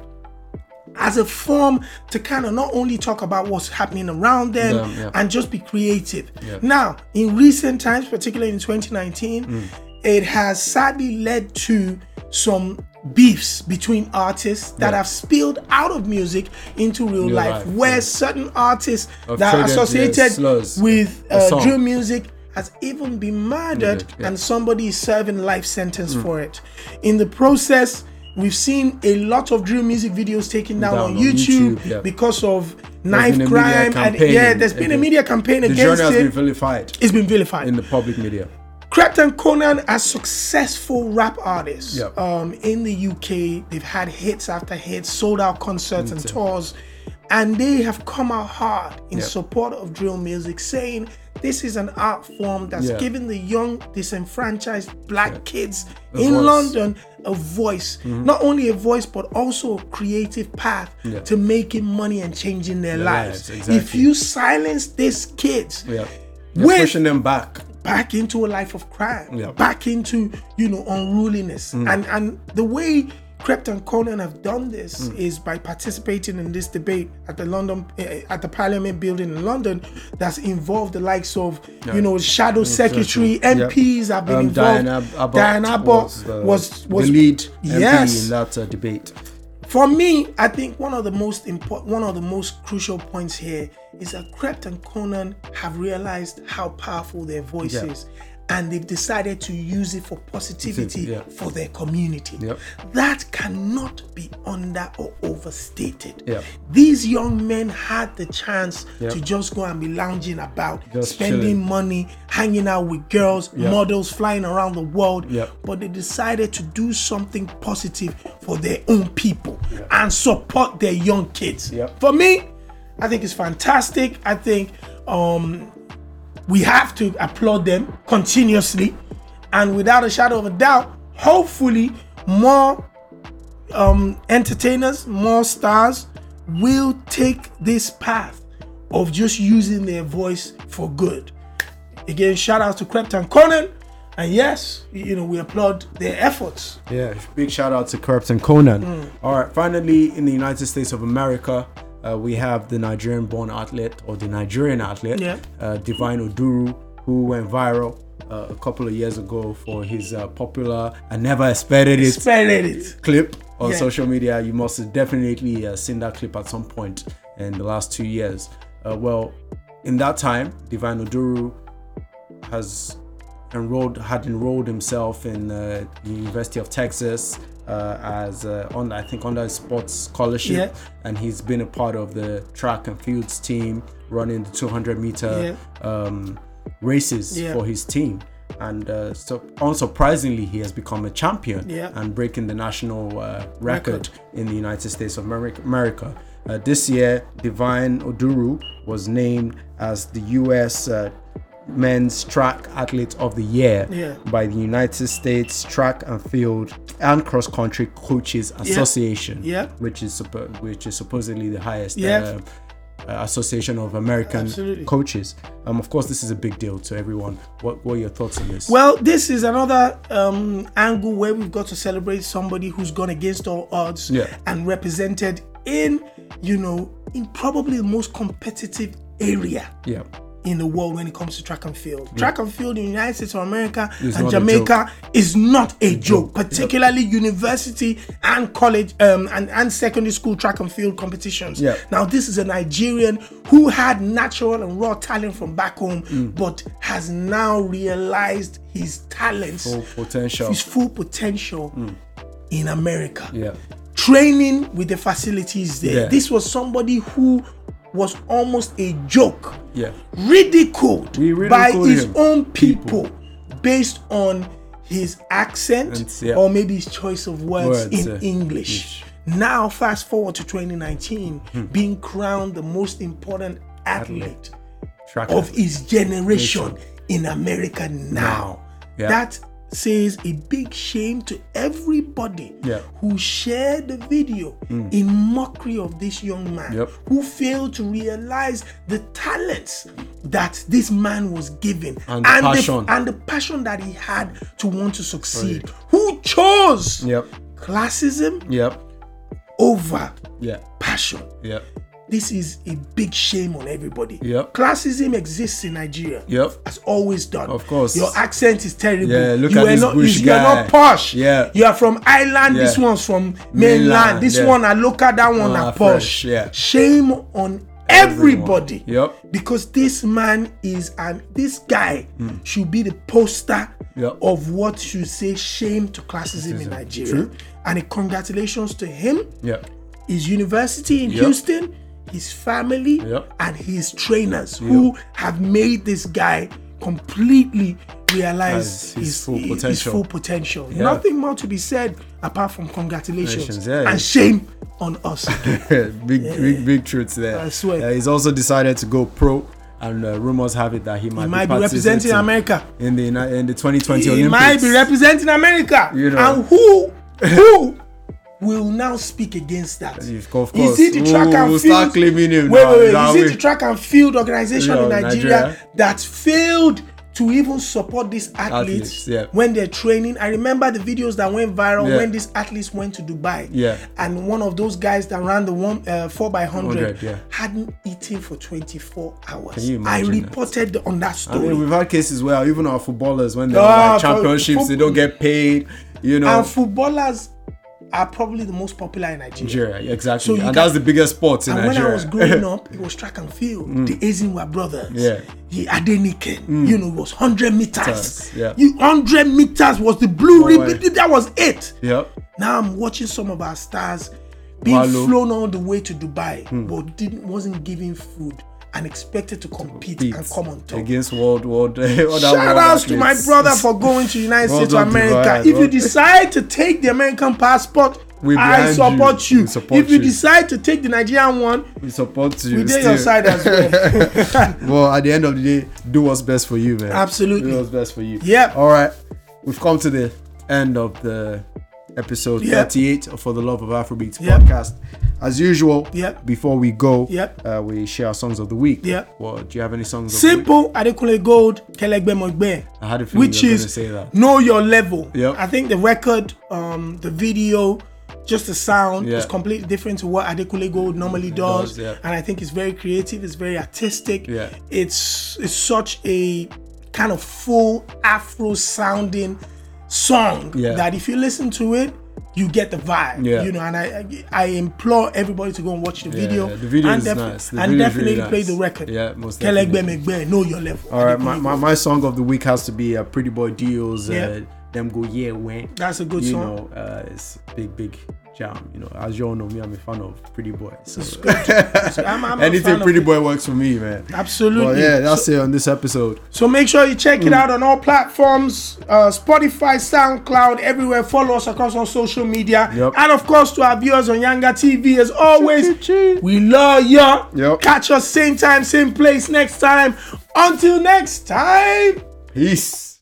[SPEAKER 1] as a form to kind of not only talk about what's happening around them
[SPEAKER 2] Them, yeah.
[SPEAKER 1] and just be creative.
[SPEAKER 2] Yeah.
[SPEAKER 1] Now, in recent times, particularly in 2019,
[SPEAKER 2] Mm.
[SPEAKER 1] it has sadly led to some beefs between artists that
[SPEAKER 2] Yeah.
[SPEAKER 1] have spilled out of music into real, life,
[SPEAKER 2] life,
[SPEAKER 1] where
[SPEAKER 2] yeah.
[SPEAKER 1] certain artists
[SPEAKER 2] Have
[SPEAKER 1] that are
[SPEAKER 2] traded their
[SPEAKER 1] associated
[SPEAKER 2] slurs
[SPEAKER 1] with
[SPEAKER 2] a
[SPEAKER 1] uh,
[SPEAKER 2] song.
[SPEAKER 1] drill music has even been murdered
[SPEAKER 2] Murdered, yeah. Mm.
[SPEAKER 1] and somebody is serving life sentence for it. In the process, we've seen a lot of drill music videos taken down,
[SPEAKER 2] Down
[SPEAKER 1] on,
[SPEAKER 2] on
[SPEAKER 1] YouTube,
[SPEAKER 2] YouTube, yeah.
[SPEAKER 1] because of knife
[SPEAKER 2] been a media
[SPEAKER 1] crime. And
[SPEAKER 2] campaign
[SPEAKER 1] yeah, there's been a
[SPEAKER 2] against-
[SPEAKER 1] media campaign
[SPEAKER 2] the genre
[SPEAKER 1] against
[SPEAKER 2] has been
[SPEAKER 1] it.
[SPEAKER 2] vilified
[SPEAKER 1] It's been vilified.
[SPEAKER 2] in the public media.
[SPEAKER 1] Krypton Conan are successful rap artists
[SPEAKER 2] Yep.
[SPEAKER 1] um, in the UK. They've had hits after hits, sold out concerts and tours, and they have come out hard in
[SPEAKER 2] Yep.
[SPEAKER 1] support of drill music, saying this is an art form that's
[SPEAKER 2] Yeah.
[SPEAKER 1] giving the young, disenfranchised black kids in
[SPEAKER 2] voice. Mm-hmm.
[SPEAKER 1] London a voice. Not only a voice, but also a creative path
[SPEAKER 2] Yeah.
[SPEAKER 1] to making money and changing their, lives. If
[SPEAKER 2] lives, exactly.
[SPEAKER 1] you silence these kids,
[SPEAKER 2] Yeah, They're
[SPEAKER 1] with
[SPEAKER 2] pushing them back.
[SPEAKER 1] back into a life of crime,
[SPEAKER 2] Yeah. Mm.
[SPEAKER 1] back into you know unruliness, and and the way Krept and Conan have done this
[SPEAKER 2] Mm.
[SPEAKER 1] is by participating in this debate at the London eh, at the Parliament building in London that's involved the likes of you know shadow secretary MPs have been
[SPEAKER 2] Um,
[SPEAKER 1] involved.
[SPEAKER 2] Diana Abbott,
[SPEAKER 1] Diana Abbott
[SPEAKER 2] was, the,
[SPEAKER 1] was was
[SPEAKER 2] the lead MP
[SPEAKER 1] Yes.
[SPEAKER 2] in that uh, debate.
[SPEAKER 1] for me, I think one of the most important, one of the most crucial points here is that Krept and Conan have realized how powerful their voice
[SPEAKER 2] Yeah.
[SPEAKER 1] is, and they've decided to use it for positivity
[SPEAKER 2] Yeah.
[SPEAKER 1] for their community.
[SPEAKER 2] Yep.
[SPEAKER 1] That cannot be under or overstated.
[SPEAKER 2] Yeah.
[SPEAKER 1] These young men had the chance
[SPEAKER 2] Yep.
[SPEAKER 1] to just go and be lounging about,
[SPEAKER 2] Just
[SPEAKER 1] spending
[SPEAKER 2] chilling.
[SPEAKER 1] money, hanging out with girls,
[SPEAKER 2] Yep.
[SPEAKER 1] models flying around the world,
[SPEAKER 2] Yep.
[SPEAKER 1] but they decided to do something positive for their own people and support their young kids.
[SPEAKER 2] Yep.
[SPEAKER 1] For me, I think it's fantastic. I think um, we have to applaud them continuously and without a shadow of a doubt hopefully more um, entertainers more stars will take this path of just using their voice for good again shout out to Krypton Conan and yes you know we applaud their efforts
[SPEAKER 2] Yeah, big shout out to Corrupt and Conan. All right, finally, in the United States of America, uh, we have the Nigerian born athlete or the Nigerian athlete,
[SPEAKER 1] Yeah.
[SPEAKER 2] uh, Divine Oduru, who went viral uh, a couple of years ago for his uh, popular I Never Expected It
[SPEAKER 1] spread it
[SPEAKER 2] clip on
[SPEAKER 1] Yeah.
[SPEAKER 2] social media. You must have definitely uh, seen that clip at some point in the last two years. Uh, well, in that time, Divine Oduru has enrolled, had enrolled himself in uh, the University of Texas uh, as uh, on, I think, under a sports scholarship,
[SPEAKER 1] Yeah.
[SPEAKER 2] and he's been a part of the track and fields team, running the 200 meter um, races
[SPEAKER 1] Yeah.
[SPEAKER 2] for his team. And uh, so, unsurprisingly, he has become a champion
[SPEAKER 1] Yeah.
[SPEAKER 2] and breaking the national uh, record in the United States of Ameri- America. Uh, this year, Divine Oduru was named as the U.S. Uh, Men's Track Athlete of the Year
[SPEAKER 1] Yeah.
[SPEAKER 2] by the United States Track and Field and Cross Country Coaches Association,
[SPEAKER 1] Yeah.
[SPEAKER 2] which is suppo- which is supposedly the highest
[SPEAKER 1] Yeah.
[SPEAKER 2] uh, uh, association of American
[SPEAKER 1] Absolutely.
[SPEAKER 2] coaches. Um, of course, this is a big deal to everyone. What, what are your thoughts on this?
[SPEAKER 1] Well, this is another um, angle where we've got to celebrate somebody who's gone against all odds
[SPEAKER 2] Yeah.
[SPEAKER 1] and represented in, you know, in probably the most competitive area
[SPEAKER 2] yeah,
[SPEAKER 1] in the world when it comes to track and field. Track and field in the United States of America
[SPEAKER 2] It's
[SPEAKER 1] and
[SPEAKER 2] not a
[SPEAKER 1] Jamaica is not a joke, particularly university and college um, and, and secondary school track and field competitions.
[SPEAKER 2] Yeah.
[SPEAKER 1] Now, this is a Nigerian who had natural and raw talent from back home,
[SPEAKER 2] Mm.
[SPEAKER 1] but has now realized his talents,
[SPEAKER 2] full potential. Mm.
[SPEAKER 1] his full potential in America
[SPEAKER 2] Yeah.
[SPEAKER 1] training with the facilities there.
[SPEAKER 2] Yeah.
[SPEAKER 1] This was somebody who was almost a joke,
[SPEAKER 2] Yeah.
[SPEAKER 1] ridiculed,
[SPEAKER 2] We ridiculed
[SPEAKER 1] by his
[SPEAKER 2] him.
[SPEAKER 1] own people, based on his accent
[SPEAKER 2] And- yeah.
[SPEAKER 1] or maybe his choice of words,
[SPEAKER 2] Words,
[SPEAKER 1] in
[SPEAKER 2] yeah.
[SPEAKER 1] English. Now, fast forward to 2019,
[SPEAKER 2] Hmm.
[SPEAKER 1] being crowned the most important athlete
[SPEAKER 2] Track
[SPEAKER 1] of his generation in America now.
[SPEAKER 2] Now. Yeah.
[SPEAKER 1] That says a big shame to everybody
[SPEAKER 2] Yeah. Hmm.
[SPEAKER 1] who shared the video in mockery of this young man
[SPEAKER 2] Yep.
[SPEAKER 1] who failed to realize the talents that this man was given
[SPEAKER 2] And the passion.
[SPEAKER 1] and the passion that he had to want to succeed. Who chose
[SPEAKER 2] Yep.
[SPEAKER 1] classism
[SPEAKER 2] Yep.
[SPEAKER 1] over
[SPEAKER 2] Yeah.
[SPEAKER 1] passion?
[SPEAKER 2] Yep.
[SPEAKER 1] this is a big shame on everybody.
[SPEAKER 2] Yep.
[SPEAKER 1] Classism exists in Nigeria.
[SPEAKER 2] Yep.
[SPEAKER 1] Has always done.
[SPEAKER 2] Of course.
[SPEAKER 1] Your accent is terrible.
[SPEAKER 2] Yeah, look
[SPEAKER 1] you
[SPEAKER 2] at
[SPEAKER 1] are
[SPEAKER 2] this
[SPEAKER 1] not,
[SPEAKER 2] bush
[SPEAKER 1] you, are not
[SPEAKER 2] guy.
[SPEAKER 1] posh.
[SPEAKER 2] Yeah.
[SPEAKER 1] You are from island. This
[SPEAKER 2] Yeah.
[SPEAKER 1] one's from mainland.
[SPEAKER 2] Mainland,
[SPEAKER 1] This
[SPEAKER 2] yeah.
[SPEAKER 1] one are local. That one
[SPEAKER 2] Ah,
[SPEAKER 1] are posh.
[SPEAKER 2] fresh, yeah.
[SPEAKER 1] Shame on everybody.
[SPEAKER 2] Yep.
[SPEAKER 1] Because this man is and this guy
[SPEAKER 2] Hmm.
[SPEAKER 1] should be the poster
[SPEAKER 2] Yep.
[SPEAKER 1] of what you say shame to classism in Nigeria.
[SPEAKER 2] True.
[SPEAKER 1] And a congratulations to him
[SPEAKER 2] Yep.
[SPEAKER 1] his university in
[SPEAKER 2] Yep.
[SPEAKER 1] Houston, his family,
[SPEAKER 2] Yep.
[SPEAKER 1] and his trainers who have made this guy completely realize
[SPEAKER 2] Has his full potential.
[SPEAKER 1] full potential. Nothing more to be said apart from congratulations
[SPEAKER 2] Congratulations, yeah.
[SPEAKER 1] and shame on us.
[SPEAKER 2] big, big, big truths there.
[SPEAKER 1] I swear.
[SPEAKER 2] Uh, he's also decided to go pro, and uh, rumors have it that he might,
[SPEAKER 1] he might be
[SPEAKER 2] participating
[SPEAKER 1] representing America.
[SPEAKER 2] in the uni- in the 2020
[SPEAKER 1] He
[SPEAKER 2] Olympics.
[SPEAKER 1] might be representing America.
[SPEAKER 2] You know.
[SPEAKER 1] And who who will now speak against that?
[SPEAKER 2] Of course.
[SPEAKER 1] Is it the track
[SPEAKER 2] We'll-
[SPEAKER 1] and
[SPEAKER 2] we'll
[SPEAKER 1] field?
[SPEAKER 2] start claiming him
[SPEAKER 1] wait,
[SPEAKER 2] now.
[SPEAKER 1] wait,
[SPEAKER 2] That
[SPEAKER 1] wait. Is it
[SPEAKER 2] way-
[SPEAKER 1] the track and field organization
[SPEAKER 2] Yeah,
[SPEAKER 1] in Nigeria,
[SPEAKER 2] Nigeria.
[SPEAKER 1] that failed to even support these athletes,
[SPEAKER 2] Athletes, yeah.
[SPEAKER 1] when they're training? I remember the videos that went viral
[SPEAKER 2] Yeah.
[SPEAKER 1] when these athletes went to Dubai.
[SPEAKER 2] Yeah.
[SPEAKER 1] And one of those guys that ran the one uh, four by hundred
[SPEAKER 2] 100, yeah.
[SPEAKER 1] hadn't eaten for twenty four hours.
[SPEAKER 2] Can you
[SPEAKER 1] I
[SPEAKER 2] imagine that?
[SPEAKER 1] reported on that
[SPEAKER 2] I
[SPEAKER 1] story.
[SPEAKER 2] mean, we've had cases where even our footballers, when they're
[SPEAKER 1] Ah,
[SPEAKER 2] like championships,
[SPEAKER 1] fo-
[SPEAKER 2] Um, they don't get paid. You know,
[SPEAKER 1] and footballers are probably the most popular in Nigeria.
[SPEAKER 2] Nigeria, exactly.
[SPEAKER 1] you
[SPEAKER 2] and
[SPEAKER 1] can-
[SPEAKER 2] that's the biggest sport in
[SPEAKER 1] And when
[SPEAKER 2] Nigeria. Mm.
[SPEAKER 1] I was growing up, it was track and field. The Ezinwa brothers,
[SPEAKER 2] Yeah. Mm.
[SPEAKER 1] the Adeniken, you know, it was 100 meters.
[SPEAKER 2] Meters, yeah.
[SPEAKER 1] You 100 meters was the blue
[SPEAKER 2] way.
[SPEAKER 1] ribbon. That was it.
[SPEAKER 2] yep.
[SPEAKER 1] Now I'm watching some of our stars being
[SPEAKER 2] Walo.
[SPEAKER 1] flown all the way to Dubai,
[SPEAKER 2] Hmm.
[SPEAKER 1] but didn't wasn't given food and expected to compete and
[SPEAKER 2] Beats
[SPEAKER 1] come on top.
[SPEAKER 2] against world world. other
[SPEAKER 1] Shout
[SPEAKER 2] world
[SPEAKER 1] outs to my
[SPEAKER 2] athletes.
[SPEAKER 1] brother for going to United
[SPEAKER 2] Well
[SPEAKER 1] States of
[SPEAKER 2] done,
[SPEAKER 1] America.
[SPEAKER 2] Dubai.
[SPEAKER 1] If you
[SPEAKER 2] Well-
[SPEAKER 1] decide to take the American passport,
[SPEAKER 2] We're
[SPEAKER 1] I
[SPEAKER 2] behind you.
[SPEAKER 1] support you.
[SPEAKER 2] We support
[SPEAKER 1] if you
[SPEAKER 2] you.
[SPEAKER 1] decide to take the Nigerian one,
[SPEAKER 2] We support you.
[SPEAKER 1] we did
[SPEAKER 2] still.
[SPEAKER 1] your side as well.
[SPEAKER 2] Well, at the end of the day, do what's best for you, man.
[SPEAKER 1] Absolutely.
[SPEAKER 2] Do what's best for you.
[SPEAKER 1] Yep.
[SPEAKER 2] All right. We've come to the end of the episode
[SPEAKER 1] Yep.
[SPEAKER 2] 38 of For the Love of Afrobeats
[SPEAKER 1] Yep.
[SPEAKER 2] podcast. As usual,
[SPEAKER 1] Yep.
[SPEAKER 2] before we go,
[SPEAKER 1] Yep.
[SPEAKER 2] uh, we share our songs of the week.
[SPEAKER 1] Yep.
[SPEAKER 2] Well, do you have any songs of the week?
[SPEAKER 1] Simple Adekunle Gold, Kelegbe Mogbe.
[SPEAKER 2] I had a feeling
[SPEAKER 1] Which
[SPEAKER 2] you were
[SPEAKER 1] is
[SPEAKER 2] gonna say that.
[SPEAKER 1] know your level.
[SPEAKER 2] Yep.
[SPEAKER 1] I think the record, um, the video, just the sound
[SPEAKER 2] Yeah.
[SPEAKER 1] is completely different to what Adekunle Gold normally does,
[SPEAKER 2] does, yeah.
[SPEAKER 1] and I think it's very creative. It's very artistic.
[SPEAKER 2] Yeah.
[SPEAKER 1] It's it's such a kind of full Afro sounding song
[SPEAKER 2] Yeah.
[SPEAKER 1] that if you listen to it. You get the vibe,
[SPEAKER 2] Yeah.
[SPEAKER 1] you know, and I I implore everybody to go and watch the
[SPEAKER 2] Yeah,
[SPEAKER 1] video.
[SPEAKER 2] yeah, the video
[SPEAKER 1] and
[SPEAKER 2] is
[SPEAKER 1] defi-
[SPEAKER 2] nice. The
[SPEAKER 1] and
[SPEAKER 2] video is
[SPEAKER 1] definitely
[SPEAKER 2] really
[SPEAKER 1] play
[SPEAKER 2] nice.
[SPEAKER 1] the record.
[SPEAKER 2] Yeah, most
[SPEAKER 1] Kelegbe
[SPEAKER 2] definitely.
[SPEAKER 1] McBain, know your level.
[SPEAKER 2] All right. My, my, my song of the week has to be uh, Pretty Boy Deals.
[SPEAKER 1] Yeah.
[SPEAKER 2] Uh, them go yeah when
[SPEAKER 1] That's a good
[SPEAKER 2] you
[SPEAKER 1] song.
[SPEAKER 2] know uh, it's big big jam you know as you all know me I'm a fan of Pretty Boy so
[SPEAKER 1] I'm, I'm a fan
[SPEAKER 2] anything
[SPEAKER 1] of
[SPEAKER 2] Pretty
[SPEAKER 1] it.
[SPEAKER 2] Boy works for me man
[SPEAKER 1] Absolutely.
[SPEAKER 2] But yeah, Mm. that's it on this episode.
[SPEAKER 1] So make sure you check it out on all platforms uh, Spotify, SoundCloud, everywhere. Follow us across on social media.
[SPEAKER 2] Yep.
[SPEAKER 1] And of course, to our viewers on Yanga TV, as always, we love ya.
[SPEAKER 2] Yep.
[SPEAKER 1] Catch us same time, same place next time. Until next time.
[SPEAKER 2] Peace.